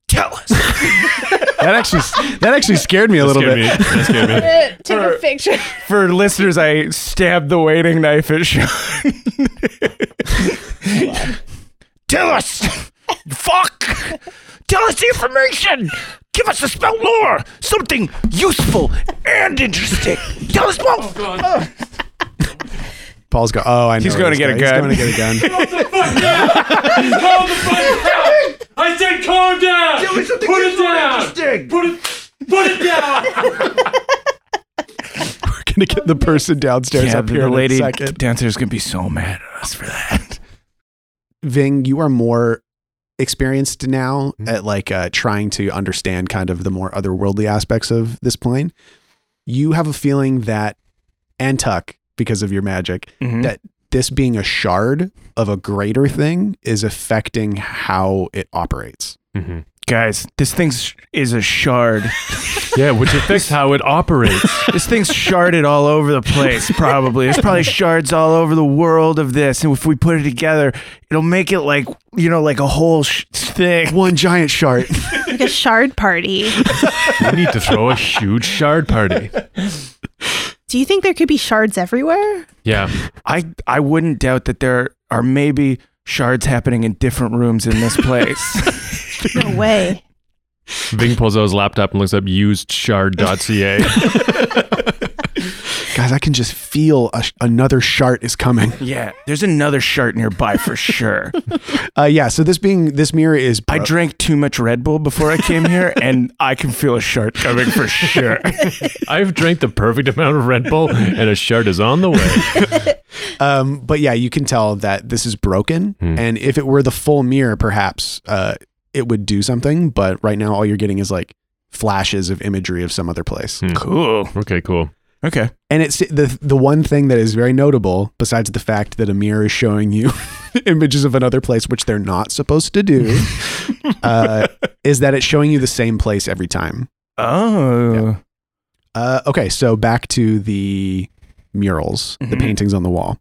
Speaker 5: Tell us.
Speaker 4: that actually that actually scared me a little bit.
Speaker 1: That scared me.
Speaker 6: Take a picture.
Speaker 5: for listeners, I stabbed the waning knife at Sean. tell us. Fuck. Tell us the information. Give us the spell lore. Something useful and interesting. Tell us both.
Speaker 4: Paul's go. Oh, I know.
Speaker 5: He's gonna
Speaker 4: this
Speaker 5: get a
Speaker 4: guy.
Speaker 5: gun.
Speaker 4: He's going to get a gun.
Speaker 7: Calm the fuck down! I said calm down! Put it down! Put it, put it down!
Speaker 4: We're gonna get the person downstairs
Speaker 5: yeah,
Speaker 4: up here
Speaker 5: the lady
Speaker 4: in a second.
Speaker 5: downstairs is gonna be so mad at us for that.
Speaker 4: Ving, you are more experienced now at like uh, trying to understand kind of the more otherworldly aspects of this plane. You have a feeling that and Tuck, because of your magic,
Speaker 1: Mm-hmm.
Speaker 4: that this being a shard of a greater thing is affecting how it operates.
Speaker 1: Mhm.
Speaker 5: Guys, this thing's is a shard.
Speaker 1: Yeah, which affects how it operates.
Speaker 5: this thing's sharded all over the place. Probably there's probably shards all over the world of this, and if we put it together, it'll make it like you know like a whole sh- thing.
Speaker 4: One giant shard.
Speaker 6: Like a shard party.
Speaker 1: we need to throw a huge shard party.
Speaker 6: Do you think there could be shards everywhere?
Speaker 1: Yeah,
Speaker 5: I I wouldn't doubt that there are maybe shards happening in different rooms in this place.
Speaker 6: No way.
Speaker 1: Ving pulls out his laptop and looks up usedshard.ca.
Speaker 4: Guys, I can just feel a, sh- another shart is coming.
Speaker 5: Yeah, there's another shirt nearby for sure.
Speaker 4: Uh, yeah, so this being this mirror is
Speaker 5: I drank too much Red Bull before I came here, and I can feel a shirt coming for sure.
Speaker 1: I've drank the perfect amount of Red Bull, and a shirt is on the way.
Speaker 4: Um, but yeah, you can tell that this is broken.
Speaker 1: Hmm.
Speaker 4: And if it were the full mirror, perhaps uh, it would do something. But right now, all you're getting is like flashes of imagery of some other place.
Speaker 1: Hmm.
Speaker 5: Cool.
Speaker 1: Okay, cool.
Speaker 5: Okay.
Speaker 4: And it's the the one thing that is very notable, besides the fact that a mirror is showing you images of another place, which they're not supposed to do, uh, is that it's showing you the same place every time.
Speaker 5: Oh.
Speaker 4: Uh, okay, so back to the murals, the
Speaker 5: Mhm.
Speaker 4: paintings on the wall.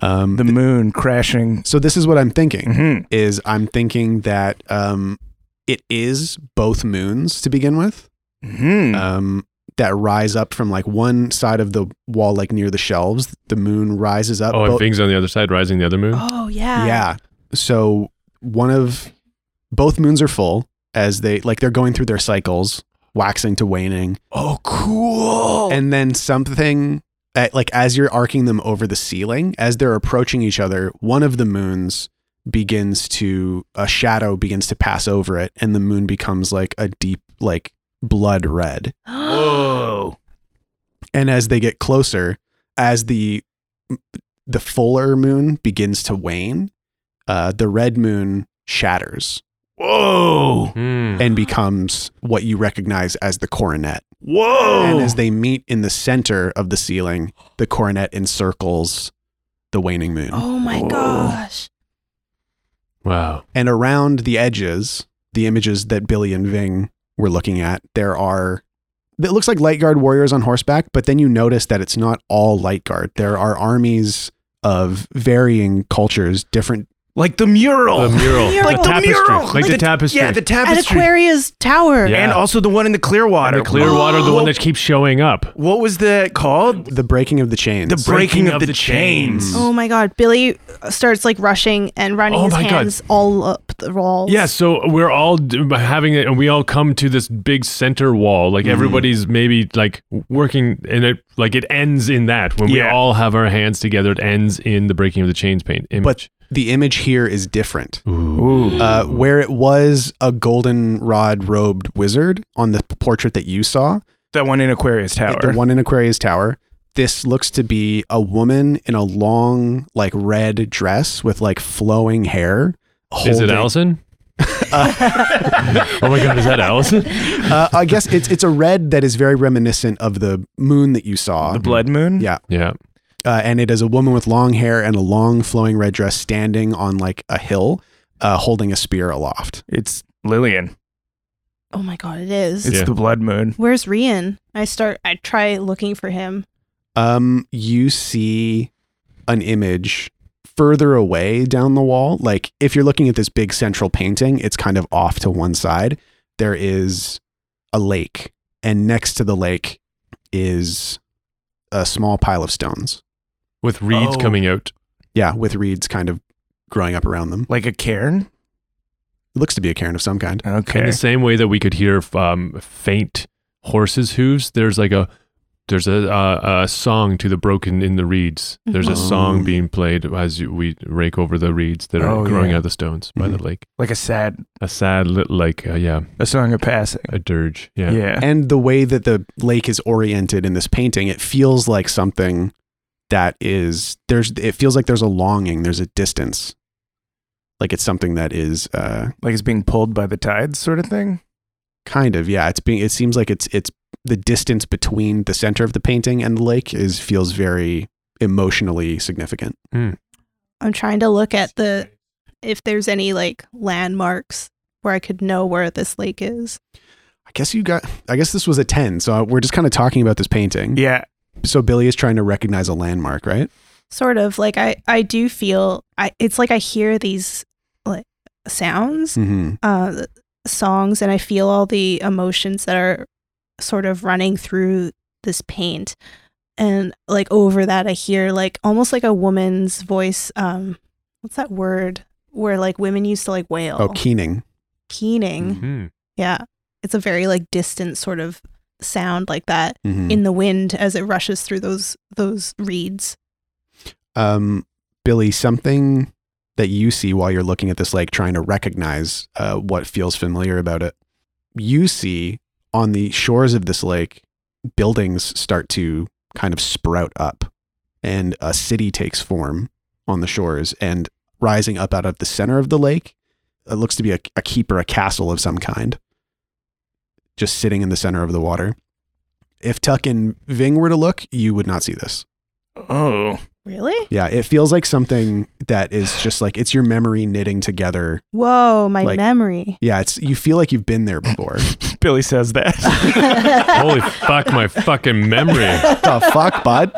Speaker 4: Um,
Speaker 5: The moon crashing.
Speaker 4: so this is what I'm thinking.
Speaker 5: hmm
Speaker 4: is I'm thinking that um, it is both moons to begin with
Speaker 5: hmm
Speaker 4: um, that rise up from like one side of the wall, like near the shelves. The moon rises up.
Speaker 1: Oh,
Speaker 4: bo-
Speaker 1: and things on the other side, rising the other moon.
Speaker 6: Oh yeah.
Speaker 4: yeah. So one of both moons are full as they like they're going through their cycles, waxing to waning,
Speaker 5: oh, cool.
Speaker 4: and then something. At, like as you're arcing them over the ceiling, as they're approaching each other, one of the moons begins to a shadow begins to pass over it and the moon becomes like a deep like blood red
Speaker 6: Oh
Speaker 5: Whoa.
Speaker 4: and as they get closer as the the fuller moon begins to wane uh, the red moon shatters
Speaker 5: Whoa.
Speaker 1: Hmm.
Speaker 4: and becomes what you recognize as the coronet
Speaker 5: Whoa.
Speaker 4: and as they meet in the center of the ceiling the coronet encircles the waning moon
Speaker 6: Oh my
Speaker 5: Whoa.
Speaker 6: gosh.
Speaker 1: Wow.
Speaker 4: And around the edges, the images that Billy and Ving were looking at, there are it looks like light guard warriors on horseback, but then you notice that it's not all light guard. There are armies of varying cultures, different
Speaker 5: like the
Speaker 1: The
Speaker 5: mural.
Speaker 1: mural,
Speaker 6: mural. Like
Speaker 1: the
Speaker 6: the
Speaker 1: tapestry,
Speaker 5: mural.
Speaker 1: like,
Speaker 5: Like
Speaker 1: the,
Speaker 5: the-
Speaker 1: tapestry.
Speaker 5: yeah, the
Speaker 6: At
Speaker 5: tapestry.
Speaker 6: Aquarius Tower.
Speaker 1: Yeah.
Speaker 5: And also the one in the Clearwater.
Speaker 1: the Clearwater, the one that keeps showing up.
Speaker 5: What was that called?
Speaker 4: the breaking of the chains.
Speaker 5: The breaking, of, the, chains.
Speaker 6: Oh my god. Billy starts like rushing and running
Speaker 1: Oh
Speaker 6: his
Speaker 1: my God.
Speaker 6: hands all up the walls.
Speaker 1: Yeah, so we're all d- having it, and we all come to this big center wall. Like everybody's maybe like working, and it like it ends in that when we
Speaker 5: Yeah.
Speaker 1: all have our hands together. It ends in the breaking of the chains paint
Speaker 4: but
Speaker 1: image.
Speaker 4: the image here is different.
Speaker 1: Ooh.
Speaker 4: Uh, where it was a goldenrod robed wizard on the portrait that you saw,
Speaker 5: That one in Aquarius Tower.
Speaker 4: The one in Aquarius Tower. This looks to be a woman in a long, like red dress with like flowing hair.
Speaker 1: is
Speaker 4: holding-
Speaker 1: it Allison? oh my god, is that Allison?
Speaker 4: Uh, I guess it's it's a red that is very reminiscent of the moon that you saw.
Speaker 5: the blood moon.
Speaker 4: Yeah.
Speaker 1: Yeah.
Speaker 4: uh, and it is a woman with long hair and a long flowing red dress standing on like a hill, uh, holding a spear aloft.
Speaker 5: It's Lillian.
Speaker 6: Oh my god, it is.
Speaker 5: It's
Speaker 1: Yeah.
Speaker 5: the blood moon.
Speaker 6: Where's Rian? I start I try looking for him.
Speaker 4: Um, you see an image further away down the wall. Like if you're looking at this big central painting, it's kind of off to one side. There is a lake, and next to the lake is a small pile of stones.
Speaker 1: With reeds
Speaker 5: Oh.
Speaker 1: coming out.
Speaker 4: Yeah, with reeds kind of growing up around them.
Speaker 5: Like a cairn?
Speaker 4: It looks to be a cairn of some kind.
Speaker 1: In
Speaker 5: Okay.
Speaker 1: the same way that we could hear um, faint horses' hooves, there's like a there's a, uh, a song to the broken in the reeds. There's a song
Speaker 4: Mhm.
Speaker 1: being played as you, we rake over the reeds that are
Speaker 5: Oh,
Speaker 1: growing
Speaker 5: yeah.
Speaker 1: out of the stones by the lake.
Speaker 5: Like a sad
Speaker 1: A sad, li- like uh, yeah,
Speaker 5: a song of passing.
Speaker 1: a dirge.
Speaker 5: Yeah.
Speaker 1: Yeah.
Speaker 4: And the way that the lake is oriented in this painting, it feels like something that is there's it feels like there's a longing, there's a distance. Like it's something that is uh
Speaker 5: Like it's being pulled by the tides sort of thing.
Speaker 4: kind of yeah, it's being it seems like it's it's the distance between the center of the painting and the lake is feels very emotionally significant.
Speaker 6: I'm trying to look at the if there's any like landmarks where I could know where this lake is.
Speaker 4: I guess you got I guess this was a 10, so we're just kind of talking about this painting.
Speaker 5: Yeah.
Speaker 4: So Billy is trying to recognize a landmark, right?
Speaker 6: Sort of like I I do feel I it's like I hear these like sounds,
Speaker 4: Mhm.
Speaker 6: uh songs and I feel all the emotions that are sort of running through this paint. And like over that I hear like almost like a woman's voice um what's that word where like women used to like wail.
Speaker 4: Oh, keening.
Speaker 6: Keening.
Speaker 1: Mhm.
Speaker 6: Yeah. It's a very like distant sort of sound like that
Speaker 4: Mhm.
Speaker 6: in the wind as it rushes through those those reeds.
Speaker 4: um, Billy, something that you see while you're looking at this lake, trying to recognize uh, what feels familiar about it. You see on the shores of this lake, buildings start to kind of sprout up, and a city takes form on the shores. And rising up out of the center of the lake, it looks to be a, a keep or a castle of some kind, just sitting in the center of the water. If Tuck and Ving were to look, you would not see this.
Speaker 5: Oh,
Speaker 6: Really?
Speaker 4: Yeah, it feels like something that is just like it's your memory knitting together.
Speaker 6: Whoa, my
Speaker 4: Like-
Speaker 6: memory.
Speaker 4: Yeah, it's you feel like you've been there before.
Speaker 5: Billy says that.
Speaker 1: Holy fuck, my fucking memory.
Speaker 4: the fuck, bud?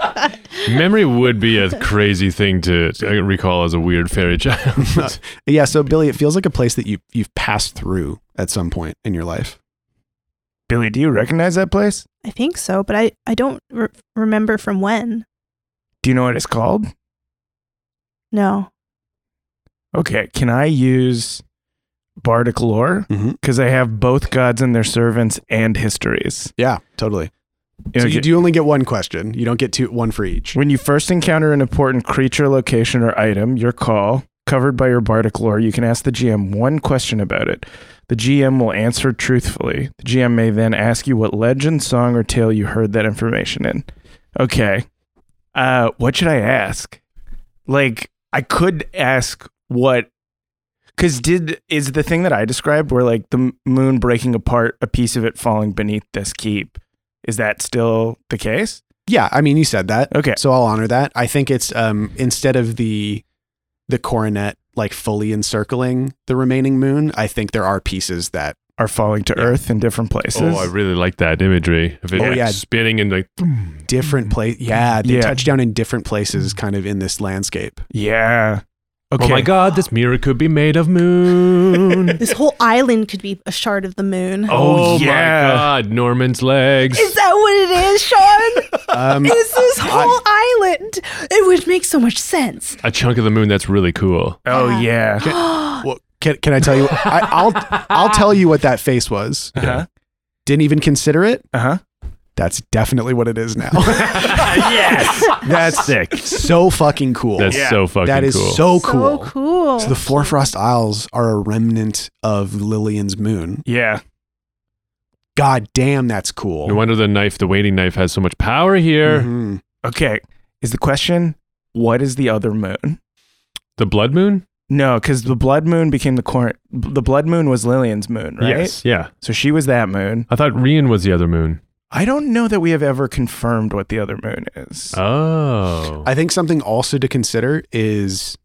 Speaker 1: Memory would be a crazy thing to uh, recall as a weird fairy child.
Speaker 4: Yeah, so Billy, it feels like a place that you you've passed through at some point in your life.
Speaker 5: Billy, do you recognize that place?
Speaker 6: I think so, but I I don't re- remember from when.
Speaker 5: Do you know what it's called?
Speaker 6: No.
Speaker 5: Okay, can I use bardic lore?
Speaker 4: Mhm.
Speaker 5: Because I have both gods and their servants and histories.
Speaker 4: Yeah, totally. So
Speaker 5: Okay.
Speaker 4: you do only get one question. You don't get two one for each.
Speaker 5: When you first encounter an important creature, location, or item, your call, covered by your bardic lore, you can ask the GM one question about it. The GM will answer truthfully. The GM may then ask you what legend, song, or tale you heard that information in. Okay. Uh, what should I ask? Like, I could ask what. Cause did is the thing that I described where like the m- moon breaking apart, a piece of it falling beneath this keep, is that still the case?
Speaker 4: Yeah, I mean you said that.
Speaker 5: Okay,
Speaker 4: So I'll honor that. I think it's um instead of the the coronet like fully encircling the remaining moon, I think there are pieces that
Speaker 5: are falling to earth in different places.
Speaker 1: oh, I really like that imagery. If it
Speaker 4: Oh, yeah.
Speaker 1: spinning and like
Speaker 4: different place. Yeah, they
Speaker 5: Yeah.
Speaker 4: touch down in different places, kind of in this landscape.
Speaker 5: yeah. Okay.
Speaker 1: Oh my god, this mirror could be made of moon.
Speaker 6: This whole island could be a shard of the moon.
Speaker 1: oh
Speaker 5: yeah.
Speaker 1: my god, Norman's legs.
Speaker 6: Is that what it is, Sean?
Speaker 4: Um,
Speaker 6: is this whole island? It would make so much sense.
Speaker 1: a chunk of the moon that's really cool.
Speaker 5: Oh yeah.
Speaker 4: well, can, can I tell you? I, I'll I'll tell you what that face was.
Speaker 5: Uh-huh.
Speaker 4: Didn't even consider it.
Speaker 5: Uh huh.
Speaker 4: That's definitely what it is now.
Speaker 5: yes. Uh-huh. That's sick.
Speaker 4: so fucking cool.
Speaker 1: That's
Speaker 5: Yeah.
Speaker 1: so fucking
Speaker 4: that is
Speaker 1: cool.
Speaker 4: so
Speaker 6: So
Speaker 4: cool.
Speaker 6: cool.
Speaker 4: So the Floorfrost Isles are a remnant of Lillian's moon.
Speaker 5: Yeah.
Speaker 4: God damn, that's cool.
Speaker 1: no wonder the knife, the waiting knife, has so much power here.
Speaker 4: Mhm.
Speaker 5: Okay. Is the question what is the other moon?
Speaker 1: The blood moon?
Speaker 5: No, because the blood moon became the corn. The blood moon was Lillian's moon, right?
Speaker 1: Yes. Yeah.
Speaker 5: So she was that moon.
Speaker 1: I thought Rian was the other moon.
Speaker 5: I don't know that we have ever confirmed what the other moon is.
Speaker 1: Uh, Oh.
Speaker 4: I think something also to consider is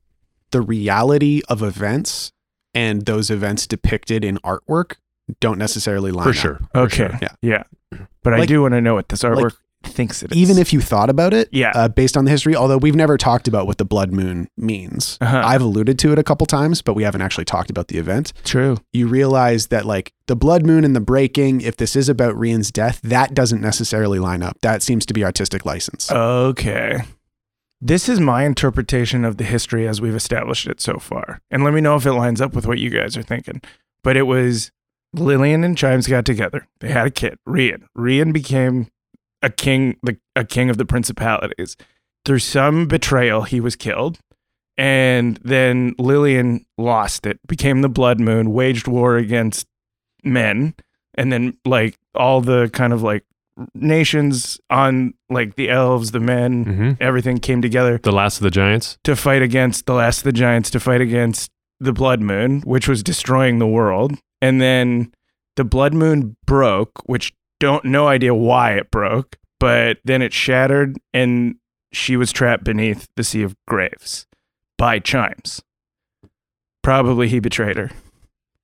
Speaker 4: the reality of events and those events depicted in artwork don't necessarily line
Speaker 1: for
Speaker 4: up.
Speaker 1: sure.
Speaker 5: okay.
Speaker 4: sure,
Speaker 5: Yeah. But I
Speaker 4: Like-
Speaker 5: do want to know what this artwork thinks it is.
Speaker 4: even if you thought about it,
Speaker 5: Yeah.
Speaker 4: uh, based on the history, although we've never talked about what the blood moon means.
Speaker 5: Uh-huh.
Speaker 4: I've alluded to it a couple times, but we haven't actually talked about the event.
Speaker 5: True.
Speaker 4: You realize that, like, the blood moon and the breaking, if this is about Rian's death, that doesn't necessarily line up. That seems to be artistic
Speaker 5: Uh,
Speaker 4: license.
Speaker 5: Okay. This is my interpretation of the history as we've established it so far. And let me know if it lines up with what you guys are thinking. But it was Lillian and Chimes got together. They had a kid, Rian. Rian became a king, the, a king of the principalities. Through some betrayal, he was killed. And then Lillian lost it, became the Blood Moon, waged war against men. And then, like, all the kind of like nations on like the elves, the men,
Speaker 1: hmm
Speaker 5: everything came together
Speaker 1: The last of the giants.
Speaker 5: to fight against the last of the giants, to fight against the Blood Moon, which was destroying the world. And then the Blood Moon broke, which don't no idea why it broke, but then it shattered and she was trapped beneath the Sea of Graves by Chimes. Probably he betrayed her.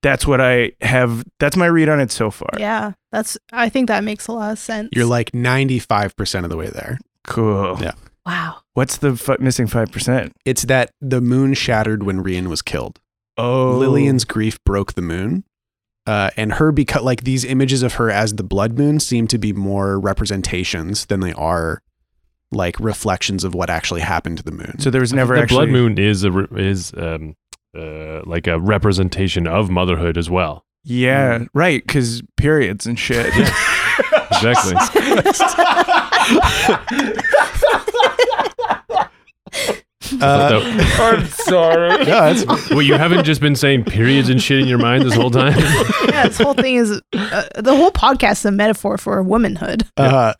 Speaker 5: That's what I have. That's my read on it so far.
Speaker 6: yeah, that's. I think that makes a lot of sense.
Speaker 4: You're like 95% of the way there.
Speaker 5: Cool.
Speaker 4: Yeah.
Speaker 6: wow.
Speaker 5: What's the f- missing five percent?
Speaker 4: It's that the moon shattered when Rian was killed.
Speaker 5: Oh,
Speaker 4: Lillian's grief broke the moon. Uh, and her because like these images of her as the blood moon seem to be more representations than they are like reflections of what actually happened to the moon.
Speaker 5: So there was
Speaker 1: I think
Speaker 5: never
Speaker 1: the
Speaker 5: actually
Speaker 1: blood moon is a re- is um, uh, like a representation of motherhood as well.
Speaker 5: Yeah, right. Because periods and shit.
Speaker 1: Exactly.
Speaker 4: Uh,
Speaker 1: So-
Speaker 7: I'm sorry.
Speaker 4: no, that's
Speaker 1: well, you haven't just been saying periods and shit in your mind this whole time.
Speaker 6: yeah, this whole thing is uh, the whole podcast is a metaphor for womanhood.
Speaker 4: uh,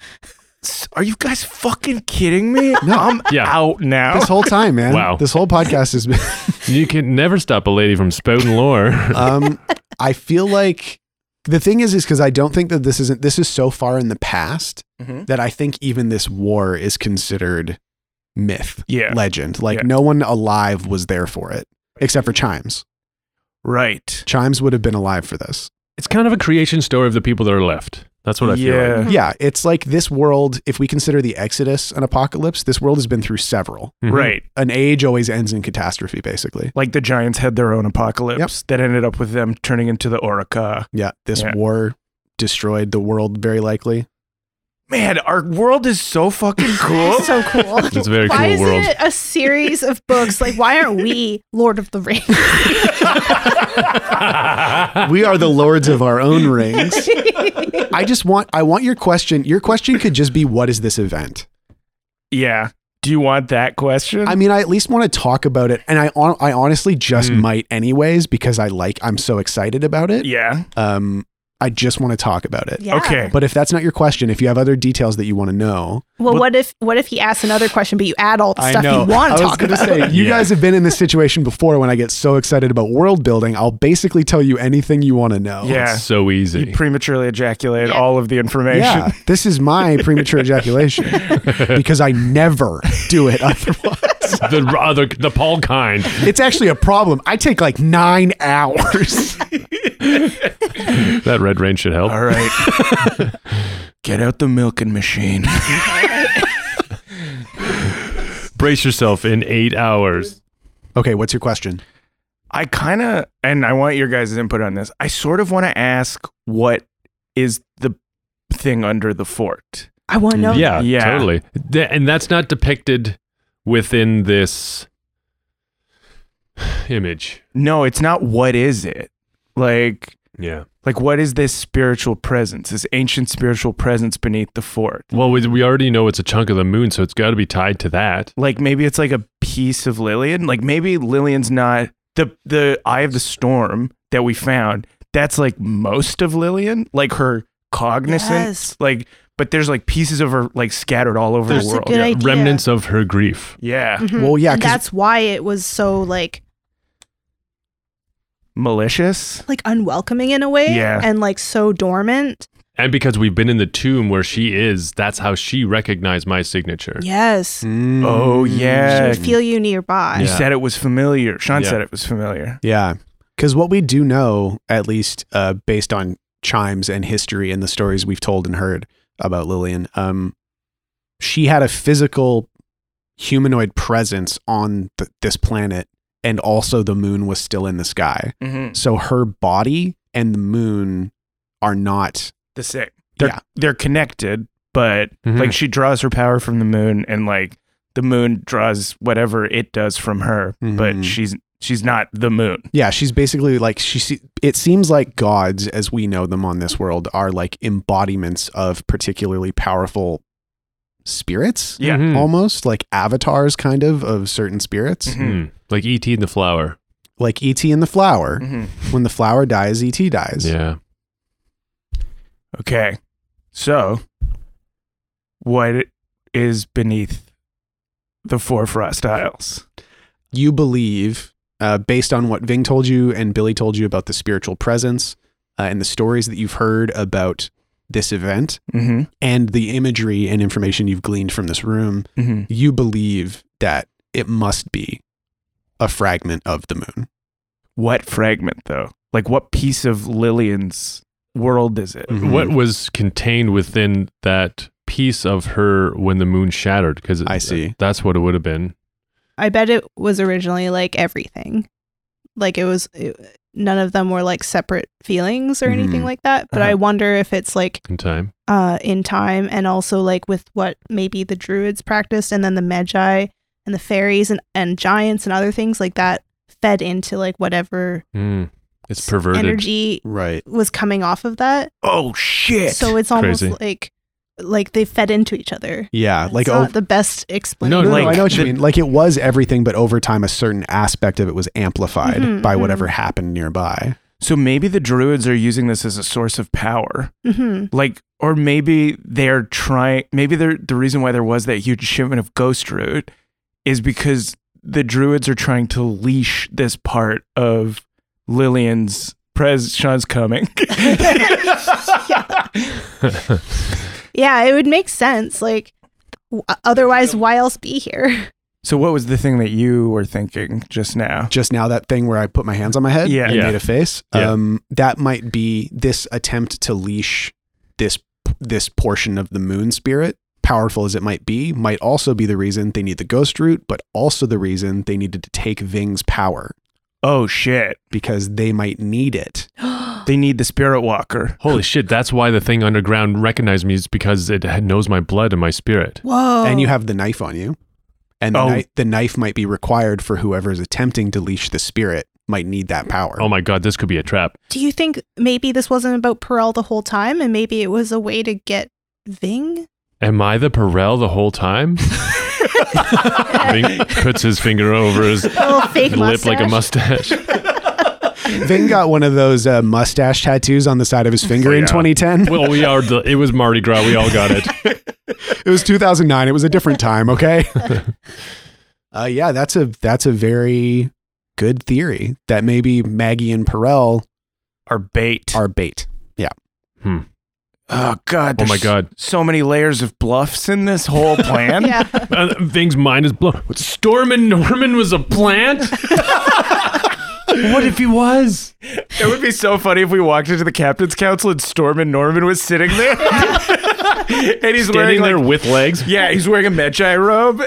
Speaker 5: Are you guys fucking kidding me?
Speaker 4: No.
Speaker 5: I'm
Speaker 1: Yeah.
Speaker 5: out now.
Speaker 4: this whole time, man.
Speaker 1: Wow.
Speaker 4: This whole podcast has been.
Speaker 1: You can never stop a lady from spouting lore.
Speaker 4: Um, I feel like the thing is, is because I don't think that this isn't. This is so far in the past
Speaker 5: Mhm.
Speaker 4: that I think even this war is considered myth,
Speaker 5: Yeah.
Speaker 4: legend. Like
Speaker 5: Yeah.
Speaker 4: no one alive was there for it except for Chimes.
Speaker 5: Right.
Speaker 4: Chimes would have been alive for this.
Speaker 1: It's kind of a creation story of the people that are left. That's what I feel.
Speaker 5: yeah.
Speaker 1: Like.
Speaker 4: Yeah, it's like this world. If we consider the Exodus an apocalypse, this world has been through several.
Speaker 1: Mhm.
Speaker 5: Right.
Speaker 4: An age always ends in catastrophe, basically.
Speaker 5: Like the Giants had their own apocalypse that ended up with them turning into the Orica.
Speaker 4: Yeah, this
Speaker 5: Yeah.
Speaker 4: war destroyed the world very likely.
Speaker 5: Man, our world is so fucking cool.
Speaker 6: So cool.
Speaker 1: It's a very
Speaker 6: why
Speaker 1: cool
Speaker 6: is
Speaker 1: world.
Speaker 6: it a series of books? Like, why aren't we Lord of the Rings?
Speaker 4: we are the lords of our own rings. I just want I want your question. Your question could just be what is this event?
Speaker 5: yeah. Do you want that question?
Speaker 4: I mean, I at least want to talk about it and I hon- I honestly just
Speaker 1: Hmm.
Speaker 4: might anyways because I like I'm so excited about it.
Speaker 5: yeah.
Speaker 4: Um I just want to talk about it.
Speaker 6: Yeah.
Speaker 5: Okay.
Speaker 4: But if that's not your question, if you have other details that you want to know,
Speaker 6: Well, what if what if he asks another question, but you add all the stuff you want to
Speaker 4: I was
Speaker 6: talk
Speaker 4: gonna
Speaker 6: about?
Speaker 4: say you
Speaker 1: Yeah.
Speaker 4: guys have been in this situation before. When I get so excited about world building, I'll basically tell you anything you want to know.
Speaker 5: yeah.
Speaker 1: So
Speaker 5: You
Speaker 1: easy.
Speaker 5: prematurely ejaculate
Speaker 6: Yeah.
Speaker 5: all of the information.
Speaker 4: Yeah, this is my premature ejaculation because I never do it otherwise.
Speaker 1: the other, the Paul kind.
Speaker 4: It's actually a problem. I take like nine hours.
Speaker 1: That red rain should help.
Speaker 5: All right. Get out the milking machine.
Speaker 1: Brace yourself in eight hours.
Speaker 4: Okay, what's your question?
Speaker 5: I kind of, and I want your guys' input on this. I sort of want to ask what is the thing under the fort?
Speaker 6: I want to know.
Speaker 1: Yeah,
Speaker 5: Yeah.
Speaker 1: totally. Th- and that's not depicted within this image.
Speaker 5: No, it's not what is it? Like,
Speaker 1: Yeah.
Speaker 5: like what is this spiritual presence, this ancient spiritual presence beneath the fort?
Speaker 1: Well, we, we already know it's a chunk of the moon, so it's got to be tied to that.
Speaker 5: Like maybe it's like a piece of Lillian. Like maybe Lillian's not the the eye of the storm that we found. That's like most of Lillian, like her cognizance,
Speaker 6: Yes.
Speaker 5: like. But there's like pieces of her like scattered all over
Speaker 6: That's
Speaker 5: the
Speaker 6: a
Speaker 5: world.
Speaker 6: good
Speaker 5: yeah.
Speaker 6: idea.
Speaker 1: Remnants of her grief.
Speaker 5: yeah.
Speaker 6: Mhm.
Speaker 4: Well, yeah,
Speaker 6: And
Speaker 4: 'cause-
Speaker 6: that's why it was so like
Speaker 5: malicious.
Speaker 6: like unwelcoming in a way,
Speaker 5: Yeah.
Speaker 6: and like so dormant.
Speaker 1: And because we've been in the tomb where she is, that's how she recognized my signature.
Speaker 6: Yes,
Speaker 5: Oh
Speaker 6: she
Speaker 5: yeah.
Speaker 6: would feel you nearby.
Speaker 5: you
Speaker 1: Yeah.
Speaker 5: said it was familiar. Sean
Speaker 1: Yeah.
Speaker 5: said it was familiar.
Speaker 4: Yeah, because what we do know, at least uh, based on chimes and history and the stories we've told and heard about Lillian, um, she had a physical humanoid presence on th- this planet, and also the moon was still in the sky.
Speaker 5: Mm-hmm.
Speaker 4: So her body and the moon are not.
Speaker 5: The same. They're,
Speaker 4: Yeah.
Speaker 5: they're connected, but
Speaker 1: Mhm.
Speaker 5: like she draws her power from the moon, and like the moon draws whatever it does from her,
Speaker 4: Mhm.
Speaker 1: Mm-hmm.
Speaker 5: but she's she's not the moon.
Speaker 4: Yeah, she's basically like she. se- It seems like gods, as we know them on this world, are like embodiments of particularly powerful spirits.
Speaker 5: Yeah.
Speaker 1: Mhm.
Speaker 4: almost like avatars kind of of certain spirits
Speaker 5: Mhm.
Speaker 1: Mm. Like E.T. in the flower.
Speaker 4: like et and the flower
Speaker 5: Mhm.
Speaker 4: when the flower dies et dies
Speaker 1: Yeah.
Speaker 5: Okay. So what is beneath the four frost isles?
Speaker 4: you believe uh, based on what ving told you and billy told you about the spiritual presence uh, and the stories that you've heard about this event
Speaker 5: Mm-hmm.
Speaker 4: and the imagery and information you've gleaned from this room
Speaker 5: Mm-hmm.
Speaker 4: you believe that it must be a fragment of the moon
Speaker 5: What fragment though? Like what piece of Lillian's world is it?
Speaker 4: Mm-hmm.
Speaker 1: What was contained within that piece of her when the moon shattered? Because
Speaker 4: I see.
Speaker 1: That's what it would have been.
Speaker 6: I bet it was originally like everything. Like it was it- none of them were like separate feelings or anything
Speaker 4: Mhm.
Speaker 6: like that, but I
Speaker 5: Uh-huh.
Speaker 6: wonder if it's like
Speaker 1: in time.
Speaker 6: uh in time and also like with what maybe the druids practiced and then the magi and the fairies and and giants and other things like that fed into like whatever
Speaker 1: Mm. It's perverted.
Speaker 6: energy
Speaker 4: Right.
Speaker 6: was coming off of that.
Speaker 5: Oh shit!
Speaker 6: So it's almost
Speaker 1: Crazy.
Speaker 6: like like they fed into each other.
Speaker 4: Yeah. Like
Speaker 6: it's not
Speaker 4: oh,
Speaker 6: the best
Speaker 4: no,
Speaker 6: explanation.
Speaker 4: no,
Speaker 5: like
Speaker 4: I know what you
Speaker 5: the-
Speaker 4: mean. Like it was everything, but over time, a certain aspect of it was amplified
Speaker 6: Mhm,
Speaker 4: by
Speaker 6: mhm.
Speaker 4: whatever happened nearby.
Speaker 5: so maybe the druids are using this as a source of power.
Speaker 6: hmm
Speaker 5: Like, or maybe they're trying. Maybe they're, the reason why there was that huge shipment of ghost druid is because the druids are trying to leash this part of Lillian's. Prez Sean's coming.
Speaker 6: Yeah, it would make sense. Like w- uh, otherwise, why else be here?
Speaker 5: so, what was the thing that you were thinking just now?
Speaker 4: just now that thing where I put my hands on my head
Speaker 5: Yeah.
Speaker 4: and
Speaker 1: Yeah.
Speaker 4: made a face.
Speaker 1: Yeah.
Speaker 4: Um, that might be this attempt to leash this this portion of the moon spirit, powerful as it might be, might also be the reason they need the ghost root, but also the reason they needed to take Ving's power
Speaker 5: Oh shit!
Speaker 4: because they might need it.
Speaker 5: They need the spirit walker.
Speaker 1: Holy shit, that's why the thing underground recognized me is because it had- knows my blood and my spirit.
Speaker 6: Whoa!
Speaker 4: And you have the knife on you. And the,
Speaker 5: Oh.
Speaker 4: kni- the knife might be required for whoever is attempting to leash the spirit might need that power.
Speaker 1: Oh my god, this could be a trap.
Speaker 6: Do you think maybe this wasn't about Perel the whole time, and maybe it was a way to get Ving?
Speaker 1: Am I the Perel the whole time? Ving puts his finger over his
Speaker 6: Oh, fake
Speaker 1: lip like a mustache.
Speaker 4: Ving got one of those uh, mustache tattoos on the side of his finger in
Speaker 1: Yeah.
Speaker 4: 2010.
Speaker 1: well, we are. The, it was Mardi Gras. We all got it.
Speaker 4: It was 2009. It was a different time. Okay. uh, yeah, that's a that's a very good theory that maybe Maggie and Perel
Speaker 5: Our bait.
Speaker 4: are bait.
Speaker 5: oh god!
Speaker 1: Oh my
Speaker 5: there's
Speaker 1: God.
Speaker 5: So many layers of bluffs in this whole plan.
Speaker 6: yeah.
Speaker 1: Uh, Ving's mind is blown. Storm and Norman was a plant. what if he was?
Speaker 5: It would be so funny if we walked into the captain's council and Storm and Norman was sitting there, and he's
Speaker 1: Standing
Speaker 5: wearing like,
Speaker 1: there with legs.
Speaker 5: yeah, he's wearing a Medjai robe.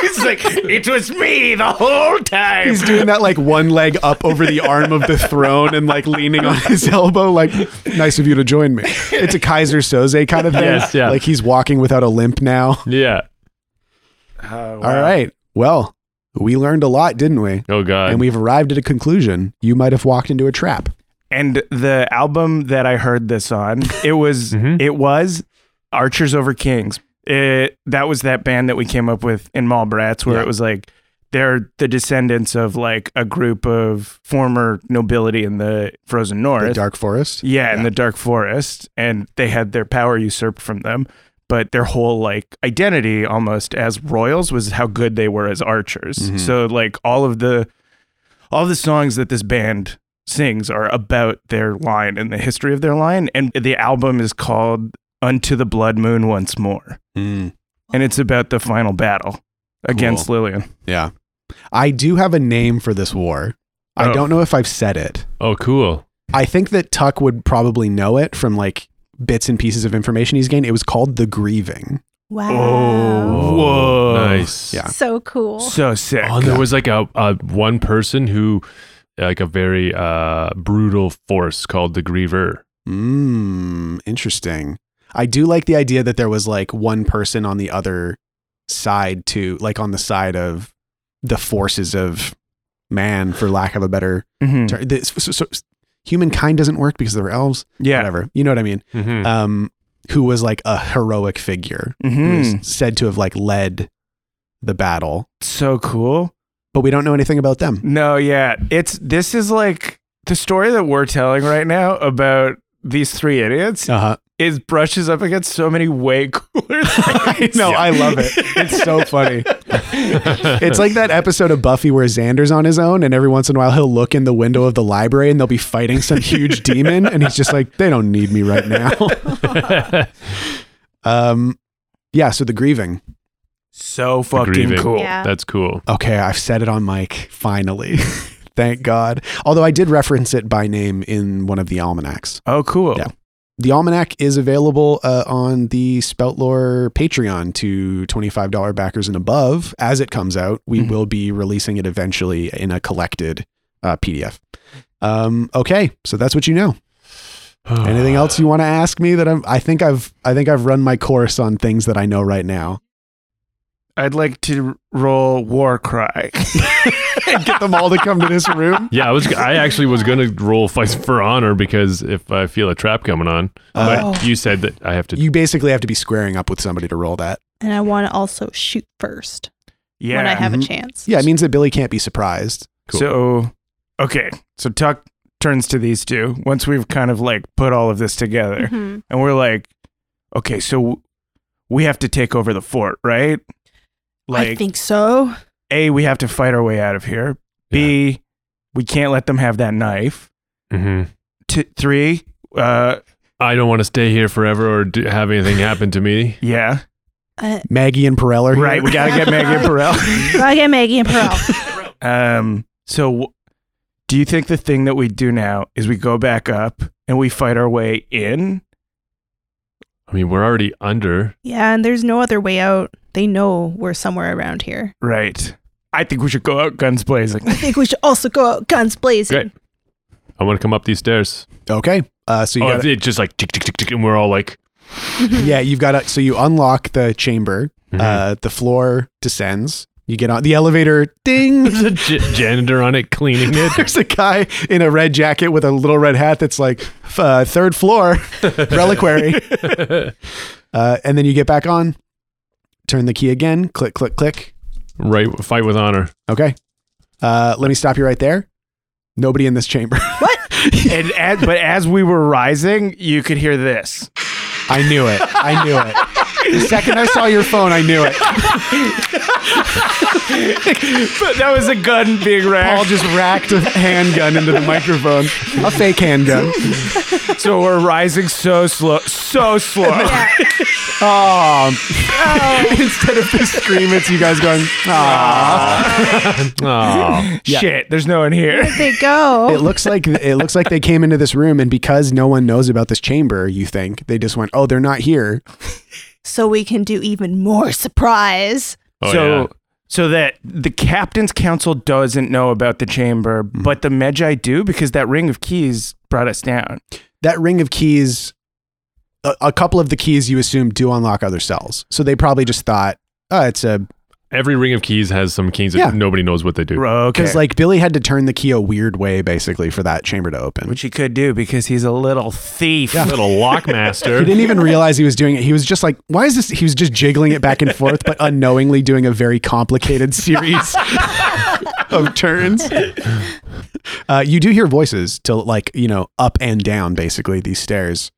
Speaker 5: he's like, it was me the whole time.
Speaker 4: He's doing that like one leg up over the arm of the throne and like leaning on his elbow, like nice of you to join me. It's a Kaiser Soze kind of thing.
Speaker 1: Yes, yeah.
Speaker 4: Like he's walking without a limp now.
Speaker 1: Yeah.
Speaker 4: All right. Well, we learned a lot, didn't we?
Speaker 1: Oh God.
Speaker 4: And we've arrived at a conclusion. You might have walked into a trap.
Speaker 5: And the album that I heard this on, it was
Speaker 1: Mhm.
Speaker 5: it was Archers Over Kings. It that was that band that we came up with in Mallbrats, where
Speaker 4: Yeah.
Speaker 5: it was like they're the descendants of like a group of former nobility in the Frozen North.
Speaker 4: The Dark Forest.
Speaker 5: Yeah, in the dark forest, and they had their power usurped from them. But their whole like identity, almost as royals, was how good they were as archers.
Speaker 4: Mm-hmm.
Speaker 5: So like all of the, all the songs that this band sings are about their line and the history of their line. And the album is called "Unto the Blood Moon Once More," and it's about the final battle against Lillian.
Speaker 4: Yeah. I do have a name for this war. I
Speaker 5: Oh.
Speaker 4: don't know if I've said it.
Speaker 1: oh, cool.
Speaker 4: I think that Tuck would probably know it from like bits and pieces of information he's gained. It was called The Grieving.
Speaker 6: Wow.
Speaker 1: Oh.
Speaker 5: Whoa.
Speaker 1: Nice.
Speaker 4: Yeah.
Speaker 6: So cool.
Speaker 5: So sick.
Speaker 1: Oh, and there was like a, a one person who, like a very uh, brutal force called the Griever.
Speaker 4: Mmm, interesting. I do like the idea that there was like one person on the other side to like on the side of the forces of man, for lack of a better
Speaker 5: Mhm.
Speaker 4: term. This- so- so- humankind doesn't work because there were elves.
Speaker 5: Yeah.
Speaker 4: Whatever. You know what I mean?
Speaker 1: Mm-hmm.
Speaker 4: Um, who was like a heroic figure.
Speaker 5: Mhm.
Speaker 4: who's said to have like led the battle,
Speaker 5: So cool.
Speaker 4: but we don't know anything about them.
Speaker 5: No, yeah. It's this is like the story that we're telling right now about these three idiots
Speaker 4: Uh-huh.
Speaker 5: is brushes up against so many way cooler
Speaker 4: I
Speaker 5: things.
Speaker 4: know, I love it. It's so funny. It's like that episode of Buffy where Xander's on his own, and every once in a while he'll look in the window of the library and they'll be fighting some huge demon, and he's just like, they don't need me right now. Um, yeah, so the grieving.
Speaker 5: so fucking
Speaker 1: Grieving.
Speaker 5: cool.
Speaker 6: Yeah.
Speaker 1: That's cool.
Speaker 4: Okay, I've said it on mic, finally. Thank God. Although I did reference it by name in one of the almanacs.
Speaker 5: Oh, cool.
Speaker 4: Yeah. The almanac is available uh, on the Spoutlore Patreon to $25 backers and above as it comes out. We
Speaker 5: Mhm.
Speaker 4: will be releasing it eventually in a collected uh, PDF. Um, okay, so that's what you know. Anything else you want to ask me that I'm I think I've I think I've run my course on things that I know right now.
Speaker 5: I'd like to roll War Cry.
Speaker 4: Get them all to come to this room.
Speaker 1: Yeah, I was. I actually was gonna roll fights for honor because if I feel a trap coming on,
Speaker 4: Oh.
Speaker 1: but you said that I have to.
Speaker 4: Uh, You basically have to be squaring up with somebody to roll that.
Speaker 6: And I want to also shoot first
Speaker 5: Yeah.
Speaker 6: when Mm-hmm. I have
Speaker 4: Mhm.
Speaker 6: a chance.
Speaker 4: Yeah, it means that Billy can't be surprised.
Speaker 1: Cool.
Speaker 5: So, okay. So Tuck turns to these two once we've kind of like put all of this together.
Speaker 6: Mhm.
Speaker 5: And we're like, okay, so we have to take over the fort, right?
Speaker 6: I
Speaker 5: Like,
Speaker 6: think so.
Speaker 5: A, we have to fight our way out of here. B, we can't let them have that knife.
Speaker 1: hmm
Speaker 5: T- three, uh,
Speaker 1: I don't want to stay here forever or do, have anything happen to me.
Speaker 5: yeah.
Speaker 6: Uh,
Speaker 4: Maggie and Perel are here.
Speaker 5: Right. We got to get Maggie and Perel.
Speaker 6: I get Maggie and Pearl.
Speaker 5: Um, so, w- do you think the thing that we do now is we go back up and we fight our way in?
Speaker 1: I mean, we're already under.
Speaker 6: yeah, and there's no other way out. They know we're somewhere around here.
Speaker 5: Right. I think we should go out guns blazing.
Speaker 6: I think we should also go out guns blazing.
Speaker 1: Great. I want to come up these stairs.
Speaker 4: Okay. Uh, so you
Speaker 1: oh,
Speaker 4: got
Speaker 1: it's just like tick tick tick tick, and we're all like,
Speaker 4: yeah, you've got to. So you unlock the chamber. Uh, the floor descends. You get on the elevator. Ding.
Speaker 1: there's a j- janitor on it cleaning it.
Speaker 4: There's a guy in a red jacket with a little red hat that's like f- uh, third floor reliquary. Uh, and then you get back on, turn the key again, click, click, click.
Speaker 1: right, fight with honor.
Speaker 4: Okay. Uh, let me stop you right there. Nobody in this chamber.
Speaker 5: and as, but as we were rising, you could hear this.
Speaker 4: I knew it. I knew it. The second I saw your phone, I knew it.
Speaker 5: But that was a gun being
Speaker 4: Paul
Speaker 5: racked.
Speaker 4: just racked a handgun into the microphone, a fake handgun.
Speaker 5: So we're rising so slow, so slow.
Speaker 4: Um, instead of the scream, it's you guys going, ah.
Speaker 1: Aw.
Speaker 5: Shit, there's no one here.
Speaker 6: They go.
Speaker 4: It looks like it looks like they came into this room, and because no one knows about this chamber, you think they just went, "Oh, they're not here."
Speaker 6: so we can do even more surprise.
Speaker 1: Oh,
Speaker 5: so
Speaker 1: yeah.
Speaker 5: so that the captain's council doesn't know about the chamber,
Speaker 1: Mm-hmm.
Speaker 5: but the Medjai do because that ring of keys brought us down.
Speaker 4: That ring of keys, a, a couple of the keys you assume do unlock other cells, so they probably just thought, "Oh, it's a
Speaker 1: Every ring of keys has some keys
Speaker 4: Yeah.
Speaker 1: that nobody knows what they do.
Speaker 5: Okay.
Speaker 4: because like Billy had to turn the key a weird way basically for that chamber to open."
Speaker 5: Which he could do because he's a little thief.
Speaker 1: Little
Speaker 4: He
Speaker 1: lockmaster.
Speaker 4: didn't even realize he was doing it. He was just like, "Why is this?" He was just jiggling it back and forth, but unknowingly doing a very complicated series of turns. Uh, you do hear voices to like you know up and down basically these stairs.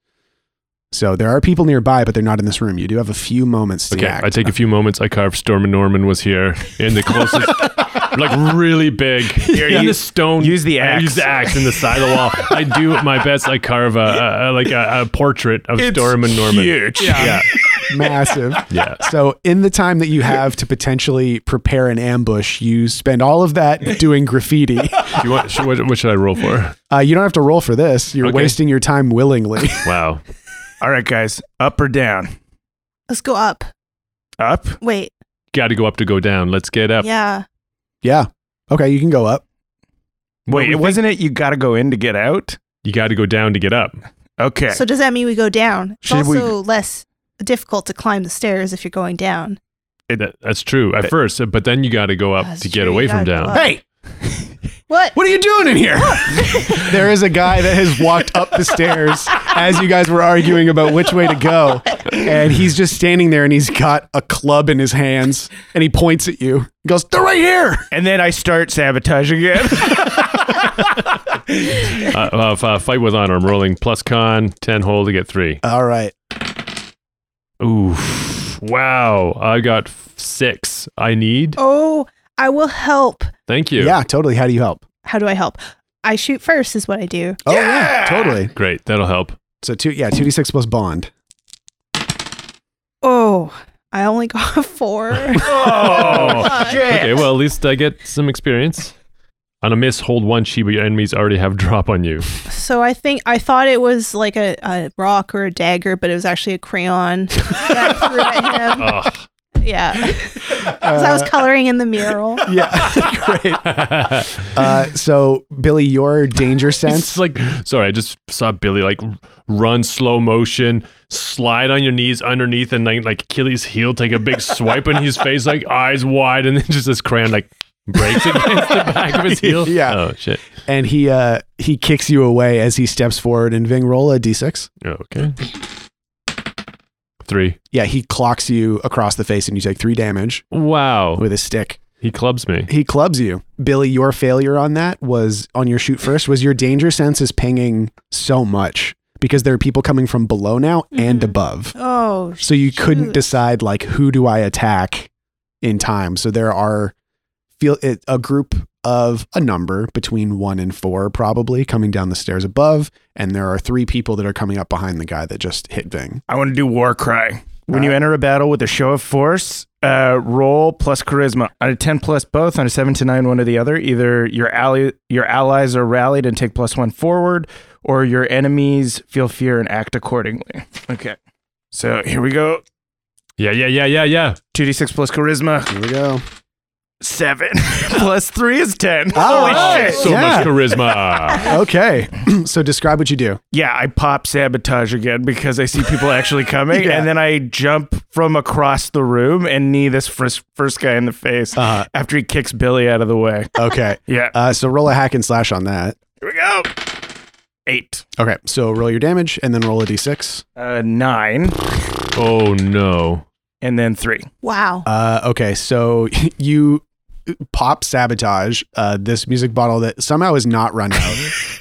Speaker 4: So there are people nearby, but they're not in this room. You do have a few moments to
Speaker 1: Okay,
Speaker 4: act.
Speaker 1: I take a few moments. I carve Storm and Norman was here in the closest, like really big. Here, in the stone.
Speaker 5: use the
Speaker 1: I use
Speaker 5: axe.
Speaker 1: the axe in the side of the wall. I do my best. I carve a, a, a- like a, a portrait of Storm and Norman.
Speaker 5: Yeah.
Speaker 4: massive.
Speaker 1: Yeah.
Speaker 4: So in the time that you have to potentially prepare an ambush, you spend all of that doing graffiti.
Speaker 1: You want, sh- what, what should I roll for?
Speaker 4: Uh, you don't have to roll for this. You're
Speaker 1: Okay.
Speaker 4: wasting your time willingly.
Speaker 1: Wow.
Speaker 5: All right, guys. Up or down?
Speaker 6: Let's go up.
Speaker 5: Up.
Speaker 6: Wait.
Speaker 1: Got to go up to go down. Let's get up.
Speaker 6: Yeah.
Speaker 4: yeah. Okay, you can go up.
Speaker 5: Wait, it wasn't it. You got to go in to get out.
Speaker 1: You got to go down to get up.
Speaker 5: Okay.
Speaker 6: So does that mean we go down? It's
Speaker 5: Should we-
Speaker 6: also less difficult to climb the stairs if you're going down.
Speaker 1: That, that's true at first, but then you got to go up
Speaker 6: That's
Speaker 1: to get
Speaker 6: true,
Speaker 1: away
Speaker 6: you
Speaker 1: from
Speaker 6: gotta go
Speaker 1: down.
Speaker 6: up.
Speaker 4: Hey,
Speaker 6: What?
Speaker 4: what are you doing in here? there is a guy that has walked up the stairs as you guys were arguing about which way to go. And he's just standing there and he's got a club in his hands and he points at you. He goes, They're right here.
Speaker 5: and then I start sabotaging it.
Speaker 1: Uh, uh, f- uh, fight with honor. I'm rolling plus con ten hole to get three.
Speaker 4: All right.
Speaker 1: Oof. Wow. I got f- six. I need.
Speaker 6: Oh, I will help.
Speaker 1: Thank you.
Speaker 4: Yeah, totally. How do you help?
Speaker 6: How do I help? I shoot first is what I do.
Speaker 4: Oh, yeah, totally.
Speaker 1: Great. That'll help.
Speaker 4: So, two, yeah, 2d6 plus bond.
Speaker 6: Oh, I only got a four.
Speaker 1: Oh.
Speaker 6: Shit.
Speaker 1: okay. Well, at least I get some experience. On a miss, hold one chi, but your enemies already have drop on you.
Speaker 6: So I think I thought it was like a, a rock or a dagger, but it was actually a crayon that I threw at him.
Speaker 1: Ugh.
Speaker 6: yeah. 'Cause I was coloring in the mural.
Speaker 4: Yeah, great. Uh, so, Billy, your danger
Speaker 1: It's
Speaker 4: sense.
Speaker 1: like, sorry, I just saw Billy like r- run slow motion, slide on your knees underneath, and like, like Achilles' heel, take a big swipe in his face, like eyes wide, and then just his crayon like breaks against the back of his heel.
Speaker 4: Yeah.
Speaker 1: Oh shit.
Speaker 4: and he uh, he kicks you away as he steps forward. And Ving, roll a d6.
Speaker 1: Okay. Three.
Speaker 4: Yeah, he clocks you across the face, and you take three damage
Speaker 1: Wow.
Speaker 4: with his stick.
Speaker 1: He clubs me.
Speaker 4: He clubs you, Billy. Your failure on that was on your shoot first was your danger sense is pinging so much because there are people coming from below now and
Speaker 6: Mhm.
Speaker 4: above.
Speaker 6: Oh,
Speaker 4: So you couldn't
Speaker 6: Shoot.
Speaker 4: decide like who do I attack in time. So there are feel it, a group of a number between 1 and 4 probably coming down the stairs above and there are 3 people that are coming up behind the guy that just hit Ving.
Speaker 5: I want to do war cry. Uh, When you
Speaker 4: Alright.
Speaker 5: enter a battle with a show of force, uh, roll plus charisma on a ten plus both on a seven to nine one or the other. Either your ally your allies are rallied and take plus one forward, or your enemies feel fear and act accordingly. Okay, so here we go.
Speaker 1: Yeah, yeah, yeah, yeah, yeah.
Speaker 5: Two d six plus charisma
Speaker 4: Here we go.
Speaker 5: seven plus three is ten.
Speaker 4: Oh,
Speaker 5: Holy shit!
Speaker 1: So
Speaker 4: Yeah.
Speaker 1: much charisma.
Speaker 4: Okay. so describe what you do.
Speaker 5: Yeah, I pop sabotage again because I see people actually coming,
Speaker 4: Yeah.
Speaker 5: and then I jump from across the room and knee this first first guy in the face
Speaker 4: Uh,
Speaker 5: after he kicks Billy out of the way.
Speaker 4: okay.
Speaker 5: Yeah,
Speaker 4: Uh, so roll a hack and slash on that.
Speaker 5: here we go. Eight,
Speaker 4: Okay. So roll your damage and then roll a d6.
Speaker 5: uh, nine,
Speaker 1: oh no.
Speaker 5: and then three.
Speaker 6: wow.
Speaker 4: Uh, okay, so you pop sabotage uh, this music bottle that somehow is not run out.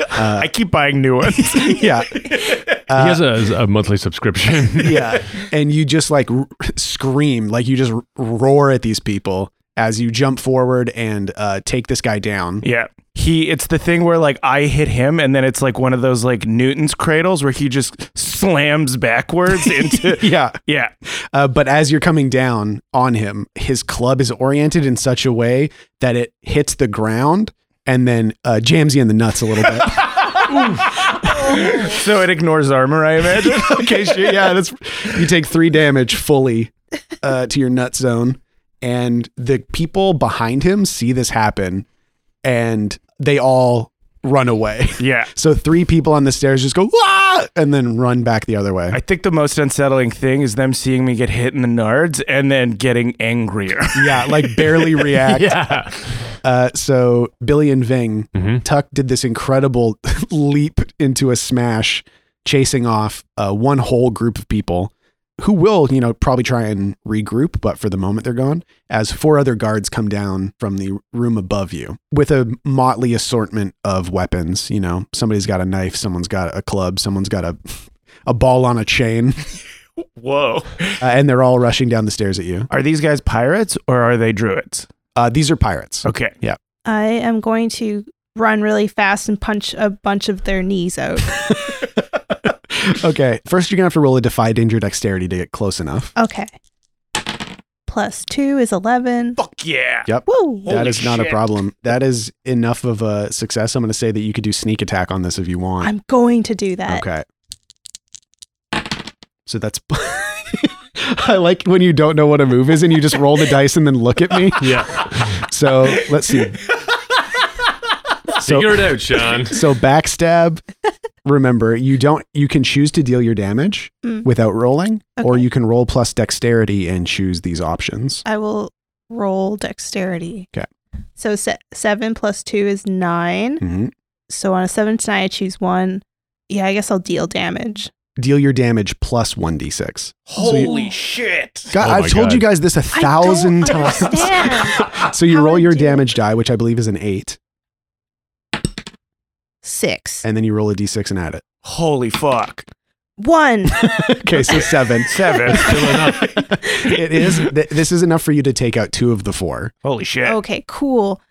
Speaker 4: Uh,
Speaker 5: I keep buying new ones.
Speaker 4: yeah, Uh,
Speaker 1: he has a, a monthly subscription.
Speaker 4: yeah, and you just like r- scream, like you just r- roar at these people as you jump forward and uh, take this guy down.
Speaker 5: yeah, he. It's the thing where like I hit him, and then it's like one of those like Newton's cradles where he just slams backwards into.
Speaker 4: Yeah,
Speaker 5: yeah,
Speaker 4: uh, but as you're coming down on him, his club is oriented in such a way that it hits the ground and then uh, jams you in the nuts a little bit.
Speaker 5: so it ignores armor, I imagine.
Speaker 4: okay, sure. Yeah, that's you take three damage fully uh, to your nut zone, and the people behind him see this happen, and they all run away.
Speaker 5: yeah.
Speaker 4: So three people on the stairs just go Wah! and then run back the other way.
Speaker 5: I think the most unsettling thing is them seeing me get hit in the nards and then getting angrier.
Speaker 4: yeah, like barely react.
Speaker 1: yeah.
Speaker 4: Uh, so Billy and Ving,
Speaker 1: Mhm.
Speaker 4: Tuck did this incredible leap into a smash, chasing off uh, one whole group of people who will, you know, probably try and regroup, but for the moment they're gone. As four other guards come down from the room above you with a motley assortment of weapons. You know, somebody's got a knife, someone's got a club, someone's got a a ball on a chain,
Speaker 5: Whoa.
Speaker 4: uh, and they're all rushing down the stairs at you.
Speaker 5: Are these guys pirates or are they druids?
Speaker 4: Uh, these are pirates.
Speaker 5: Okay.
Speaker 6: I am going to run really fast and punch a bunch of their knees out.
Speaker 4: Okay, first you're gonna have to roll a defy danger dexterity to get close enough.
Speaker 6: Okay. Plus two is 11.
Speaker 5: Fuck yeah.
Speaker 6: Whoa.
Speaker 4: That
Speaker 5: Holy
Speaker 4: is not a
Speaker 5: shit.
Speaker 4: problem. That is enough of a success. I'm going to say that you could do sneak attack on this if you want.
Speaker 6: I'm going to do that.
Speaker 4: okay. So that's. I like when you don't know what a move is and you just roll the dice and then look at me.
Speaker 1: Yeah.
Speaker 4: So let's see. So,
Speaker 1: Figure it out, Sean.
Speaker 4: so backstab. Remember, you don't. You can choose to deal your damage
Speaker 6: Mm.
Speaker 4: without rolling, or
Speaker 6: Okay.
Speaker 4: you can roll plus dexterity and choose these options.
Speaker 6: I will roll dexterity.
Speaker 4: 'Kay.
Speaker 6: So se- seven plus two is nine.
Speaker 4: Mhm.
Speaker 6: So on a seven to nine, I choose one. Yeah, I guess I'll deal damage.
Speaker 4: Deal your damage plus one d6.
Speaker 5: Holy shit.
Speaker 4: God,
Speaker 1: Oh my
Speaker 4: I've told
Speaker 1: God.
Speaker 4: you guys this a
Speaker 6: I
Speaker 4: thousand
Speaker 6: don't
Speaker 4: times.
Speaker 6: understand.
Speaker 4: So you
Speaker 6: How
Speaker 4: roll
Speaker 6: I
Speaker 4: your
Speaker 6: do it.
Speaker 4: damage die, which I believe is an eight,
Speaker 6: Six.
Speaker 4: and then you roll a d6 and add it.
Speaker 5: Holy fuck.
Speaker 6: One.
Speaker 4: Okay, so seven.
Speaker 5: Seven.
Speaker 4: it is. Th- this is enough for you to take out two of the four.
Speaker 5: Holy shit.
Speaker 1: Oh.
Speaker 6: okay, cool.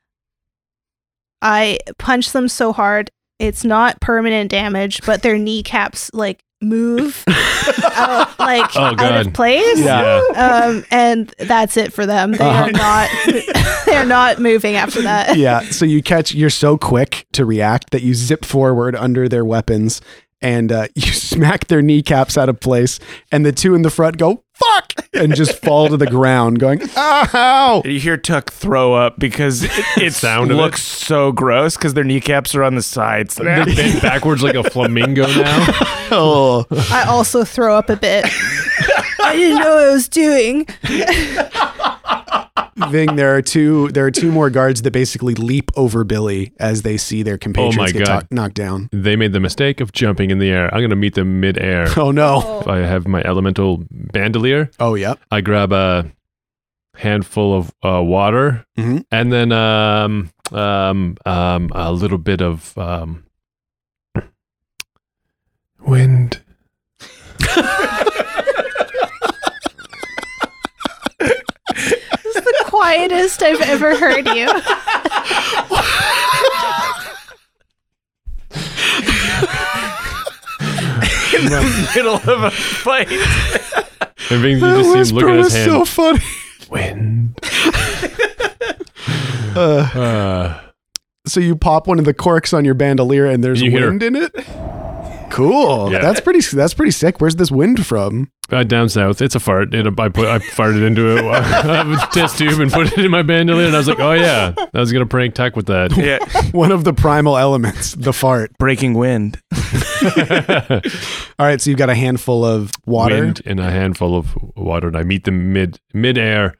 Speaker 6: I punch them so hard. It's not permanent damage, but their kneecaps like move out, like
Speaker 1: Oh,
Speaker 6: out of
Speaker 1: God.
Speaker 6: place.
Speaker 1: Yeah.
Speaker 6: Um, and that's it for them. They are not. they're not moving after that.
Speaker 4: Yeah. So you catch. You're so quick to react that you zip forward under their weapons, and uh, you smack their kneecaps out of place, and the two in the front go fuck, and just fall to the ground, going, ow.
Speaker 5: You hear Tuck throw up because it, it
Speaker 1: Sound of it.
Speaker 5: looks so gross because their kneecaps are on the sides.
Speaker 1: They're bent backwards like a flamingo now.
Speaker 4: Oh.
Speaker 6: I also throw up a bit. I didn't know what I was doing.
Speaker 4: Ving, there are two. There are two more guards that basically leap over Billy as they see their compatriots
Speaker 1: Oh my
Speaker 4: get
Speaker 1: God.
Speaker 4: to- knocked down.
Speaker 1: They made the mistake of jumping in the air. I'm gonna meet them midair.
Speaker 4: Oh no!
Speaker 6: Oh,
Speaker 1: I have my elemental bandolier.
Speaker 4: Oh yep.
Speaker 1: I grab a handful of uh, water
Speaker 4: Mhm.
Speaker 1: and then um, um, um, a little bit of um, wind.
Speaker 6: this is the quietest I've ever heard you.
Speaker 5: in the middle of a fight.
Speaker 1: And Ving, you just see him looking at his hand.
Speaker 4: funny.
Speaker 1: wind.
Speaker 4: Uh,
Speaker 1: Uh,
Speaker 4: so you pop one of the corks on your bandolier, and there's
Speaker 1: You hear-
Speaker 4: wind in it. Cool.
Speaker 1: Yeah.
Speaker 4: That's pretty. That's pretty sick. Where's this wind from?
Speaker 1: uh, down south, it's a fart. It, I put, I farted into a, a test tube and put it in my bandolier, and I was like, "Oh yeah, I was gonna prank Tuck with that."
Speaker 5: Yeah,
Speaker 4: One of the primal elements, the fart.
Speaker 5: breaking wind.
Speaker 4: All right, so you've got a handful of water.
Speaker 1: wind and a handful of water, and I meet them mid midair,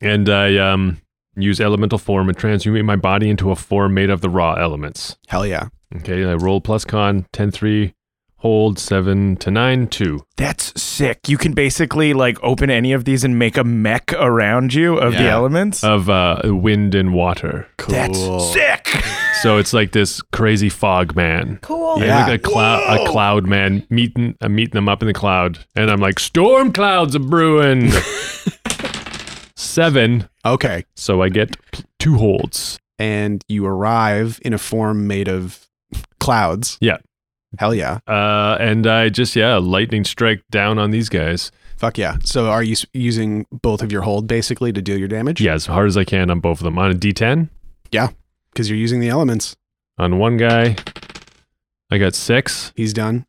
Speaker 1: and I um use elemental form and transmute my body into a form made of the raw elements.
Speaker 4: Hell yeah.
Speaker 1: Okay, and I roll plus con 10 3, hold 7 to 9 2.
Speaker 5: That's sick. You can basically like open any of these and make a mech around you of the
Speaker 4: Yeah.
Speaker 5: elements.
Speaker 1: of uh, wind and water.
Speaker 4: Cool.
Speaker 5: That's sick.
Speaker 1: So it's like this crazy fog man.
Speaker 6: Cool.
Speaker 1: I
Speaker 4: Yeah.
Speaker 1: look like a cloud, a cloud man meeting, I'm meeting them up in the cloud, and I'm like, storm clouds are brewing. Seven,
Speaker 4: Okay.
Speaker 1: so I get p- two holds.
Speaker 4: And you arrive in a form made of clouds.
Speaker 1: Yeah.
Speaker 4: Hell yeah.
Speaker 1: Uh, and I just yeah, lightning strike down on these guys.
Speaker 4: Fuck yeah. So are you s- using both of your hold basically to deal your damage?
Speaker 1: Yeah, as hard as I can on both of them. On a D10,
Speaker 4: Because you're using the elements.
Speaker 1: on one guy, I got six,
Speaker 4: He's done.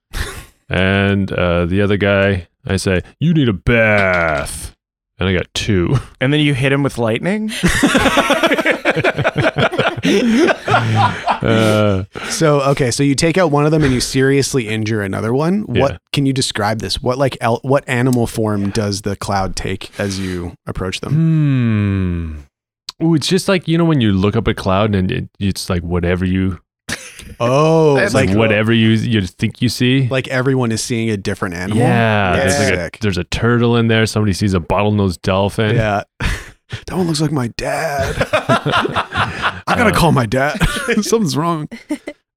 Speaker 1: and uh, the other guy, I say, "You need a bath," and I got two.
Speaker 5: And then you hit him with lightning.
Speaker 1: Uh,
Speaker 4: So okay, so you take out one of them and you seriously injure another one.
Speaker 1: Yeah.
Speaker 4: What can you describe this? What like el- what animal form does the cloud take as you approach them?
Speaker 1: hmm. Ooh, it's just like you know when you look up a cloud and it, it's like whatever you
Speaker 4: Oh,
Speaker 5: That's
Speaker 4: like
Speaker 1: like
Speaker 5: cool.
Speaker 1: whatever you you think you see.
Speaker 4: like everyone is seeing a different animal.
Speaker 1: yeah,
Speaker 4: That's
Speaker 1: there's, like
Speaker 4: sick.
Speaker 1: a, there's a turtle in there. Somebody sees a bottlenose dolphin.
Speaker 4: Yeah. that one looks like my dad. I gotta
Speaker 1: Uh,
Speaker 4: call my dad. Something's wrong.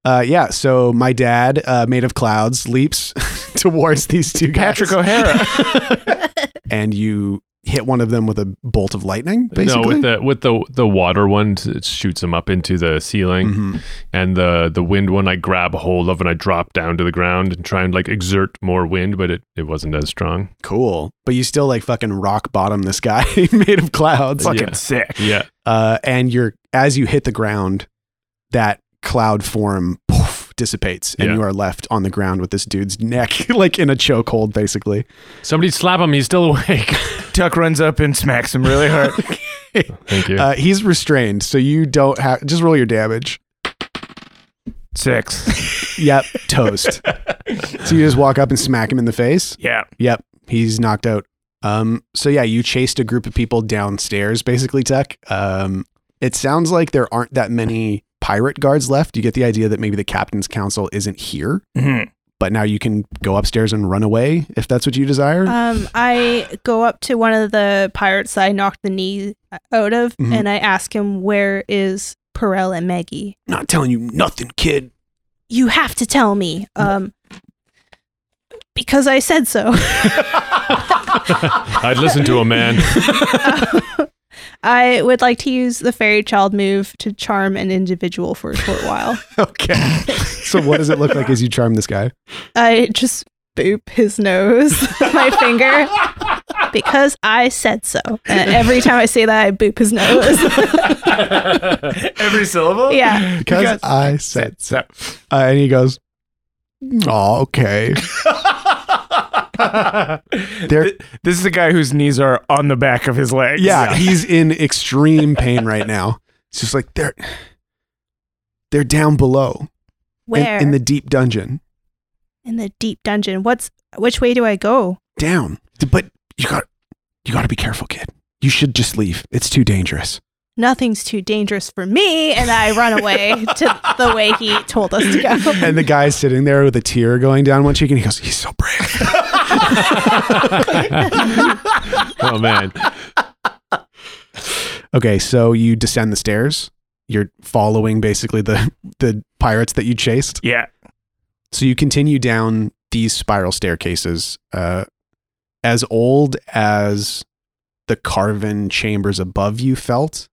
Speaker 4: Uh, yeah, so my dad, uh, made of clouds, leaps towards these two guys,
Speaker 5: Patrick O'Hara.
Speaker 4: and you hit one of them with a bolt of lightning.
Speaker 1: No,
Speaker 4: Basically,
Speaker 1: with the with the the water one, t- it shoots him up into the ceiling,
Speaker 4: Mhm.
Speaker 1: and the the wind one I grab a hold of and I drop down to the ground and try and like exert more wind, but it, it wasn't as strong.
Speaker 4: cool, but you still like fucking rock bottom this guy made of clouds,
Speaker 5: Fucking
Speaker 1: Yeah.
Speaker 5: sick.
Speaker 1: Yeah,
Speaker 4: uh, and you're as you hit the ground, that cloud form poof, dissipates, and
Speaker 1: Yeah.
Speaker 4: you are left on the ground with this dude's neck like in a chokehold, basically.
Speaker 1: somebody slap him. He's still awake.
Speaker 5: Tuck runs up and smacks him really hard.
Speaker 1: Thank you.
Speaker 4: Uh, he's restrained, so you don't have just roll your damage.
Speaker 5: Six.
Speaker 4: Yep, toast. so you just walk up and smack him in the face.
Speaker 5: Yeah.
Speaker 4: Yep, he's knocked out. Um, so yeah, you chased a group of people downstairs, basically, Tech. Um, it sounds like there aren't that many pirate guards left. You get the idea that maybe the captain's council isn't here,
Speaker 5: Mhm.
Speaker 4: but now you can go upstairs and run away if that's what you desire.
Speaker 6: Um, I go up to one of the pirates that I knocked the knee out of,
Speaker 4: Mhm.
Speaker 6: and I ask him, "Where is Perel and Maggie?"
Speaker 4: Not telling you nothing, kid.
Speaker 6: You have to tell me, um, because I said so.
Speaker 1: I'd listen to a man.
Speaker 6: I would like to use the fairy child move to charm an individual for a short while.
Speaker 4: Okay. so what does it look like as you charm this guy?
Speaker 6: I just boop his nose with my finger because I said so. And every time I say that, I boop his nose.
Speaker 5: Every syllable?
Speaker 6: yeah.
Speaker 4: Because,
Speaker 5: Because-
Speaker 4: I said
Speaker 5: So,
Speaker 4: "Mm, Uh, and he goes, Oh, okay. There-
Speaker 5: Th- this is a guy whose knees are on the back of his legs.
Speaker 4: Yeah, he's in extreme pain right now. It's just like they're they're down below in-
Speaker 6: Where?
Speaker 4: in the deep dungeon.
Speaker 6: in the deep dungeon. What's which way do I go?
Speaker 4: Down. But you got you got to be careful, kid. You should just leave. It's too dangerous.
Speaker 6: Nothing's too dangerous for me, and I run away to the way he told us to go.
Speaker 4: And the guy's sitting there with a tear going down one cheek, and he goes, "He's so brave."
Speaker 1: oh man.
Speaker 4: Okay, so you descend the stairs. You're following basically the the pirates that you chased.
Speaker 5: Yeah.
Speaker 4: So you continue down these spiral staircases, uh, as old as the carven chambers above you felt.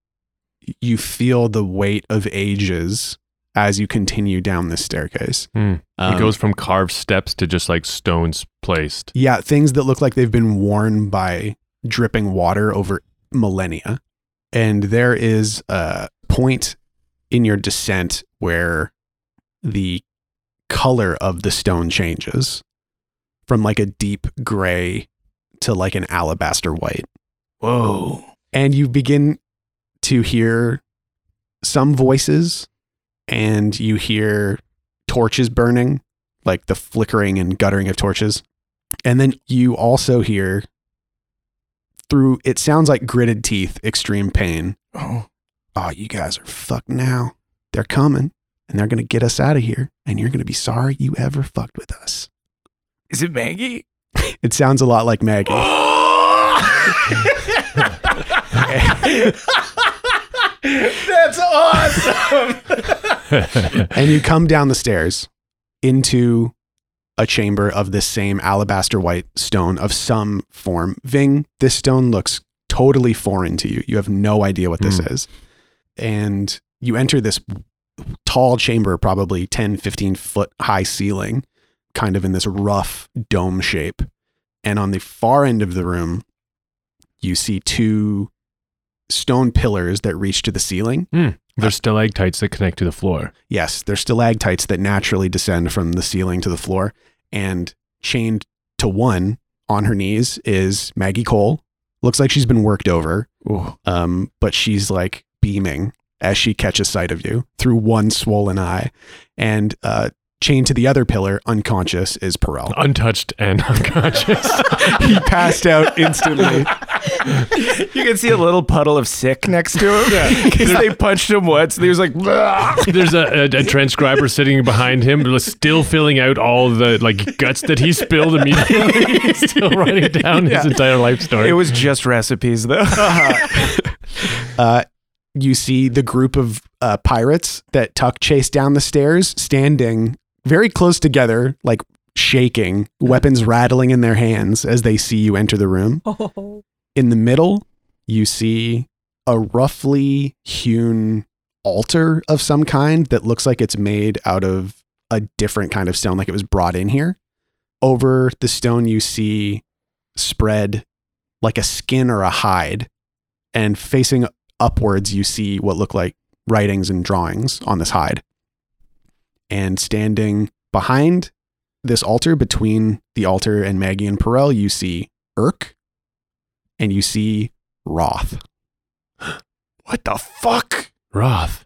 Speaker 4: You feel the weight of ages as you continue down this staircase.
Speaker 1: Hmm.
Speaker 4: Um,
Speaker 1: it goes from carved steps to just like stones placed.
Speaker 4: yeah, things that look like they've been worn by dripping water over millennia. And there is a point in your descent where the color of the stone changes from like a deep gray to like an alabaster white.
Speaker 5: Whoa.
Speaker 4: And you begin to hear some voices and you hear torches burning, like the flickering and guttering of torches. And then you also hear through it sounds like gritted teeth, extreme pain.
Speaker 5: Oh.
Speaker 4: Oh, you guys are fucked now. They're coming and they're going to get us out of here. And you're going to be sorry you ever fucked with us.
Speaker 5: Is it Maggie?
Speaker 4: It sounds a lot like Maggie.
Speaker 5: That's awesome.
Speaker 4: and you come down the stairs into a chamber of this same alabaster white stone of some form. Ving, this stone looks totally foreign to you. You have no idea what this is. And you enter this tall chamber, probably 10, 15 foot high ceiling, kind of in this rough dome shape. And on the far end of the room, you see two stone pillars that reach to the ceiling.
Speaker 1: There's stalactites that connect to the floor.
Speaker 4: Yes, they're stalactites that naturally descend from the ceiling to the floor. And chained to one on her knees is Maggie Cole. Looks like she's been worked over, um, but she's like beaming as she catches sight of you through one swollen eye. And uh, chained to the other pillar, unconscious, is Perel.
Speaker 1: Untouched and unconscious.
Speaker 4: he passed out instantly.
Speaker 5: you can see a little puddle of sick next to him because they punched him once. And he was like, "Bleh."
Speaker 1: There's a, a, a transcriber sitting behind him, still filling out all the like guts that he spilled immediately. He's still writing down his
Speaker 5: Yeah.
Speaker 1: entire life story.
Speaker 5: it was just recipes though.
Speaker 4: Uh, you see the group of uh, pirates that Tuck chased down the stairs, standing very close together, like shaking, weapons rattling in their hands as they see you enter the room. In the middle, you see a roughly hewn altar of some kind that looks like it's made out of a different kind of stone, like it was brought in here. Over the stone, you see spread like a skin or a hide. And facing upwards, you see what look like writings and drawings on this hide. And standing behind this altar, between the altar and Maggie and Perel, you see Irk and you see Roth.
Speaker 5: what the fuck?
Speaker 1: Roth.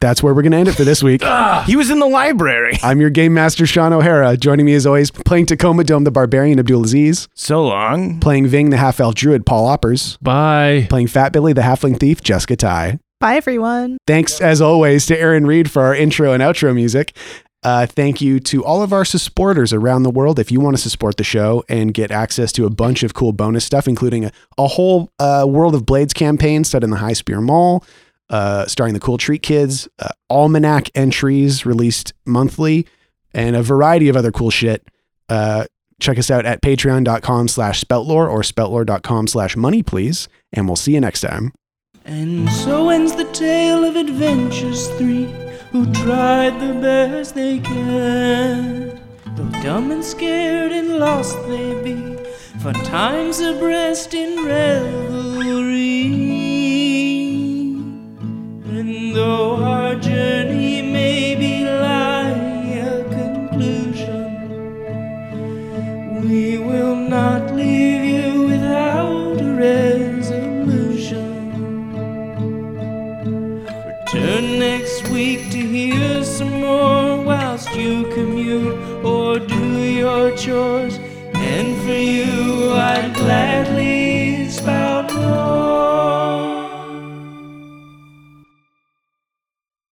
Speaker 4: That's where we're going to end it for this week.
Speaker 5: He was in the library.
Speaker 4: I'm your game master, Sean O'Hara. Joining me as always, playing Tacoma Dome, the Barbarian, Abdul Aziz,
Speaker 5: So long.
Speaker 4: playing Ving, the half elf druid, Paul Oppers,
Speaker 1: Bye.
Speaker 4: playing Fat Billy, the halfling thief, Jessica Ty.
Speaker 6: Bye, everyone.
Speaker 4: Thanks, as always, to Aaron Reed for our intro and outro music. Uh, thank you to all of our supporters around the world. If you want to support the show and get access to a bunch of cool bonus stuff, including a, a whole uh, World of Blades campaign set in the High Spear Mall, uh, starring the Cool Treat Kids, uh, almanac entries released monthly, and a variety of other cool shit. Uh, check us out at patreon.com slash speltlore or speltlore.com slash money, please. And we'll see you next time.
Speaker 3: And so ends the tale of adventures three who tried the best they can. Though dumb and scared and lost they be, for time's abreast in revelry. And though our journey may be lie a conclusion, we will. to hear some more whilst you commute or do your chores. And for you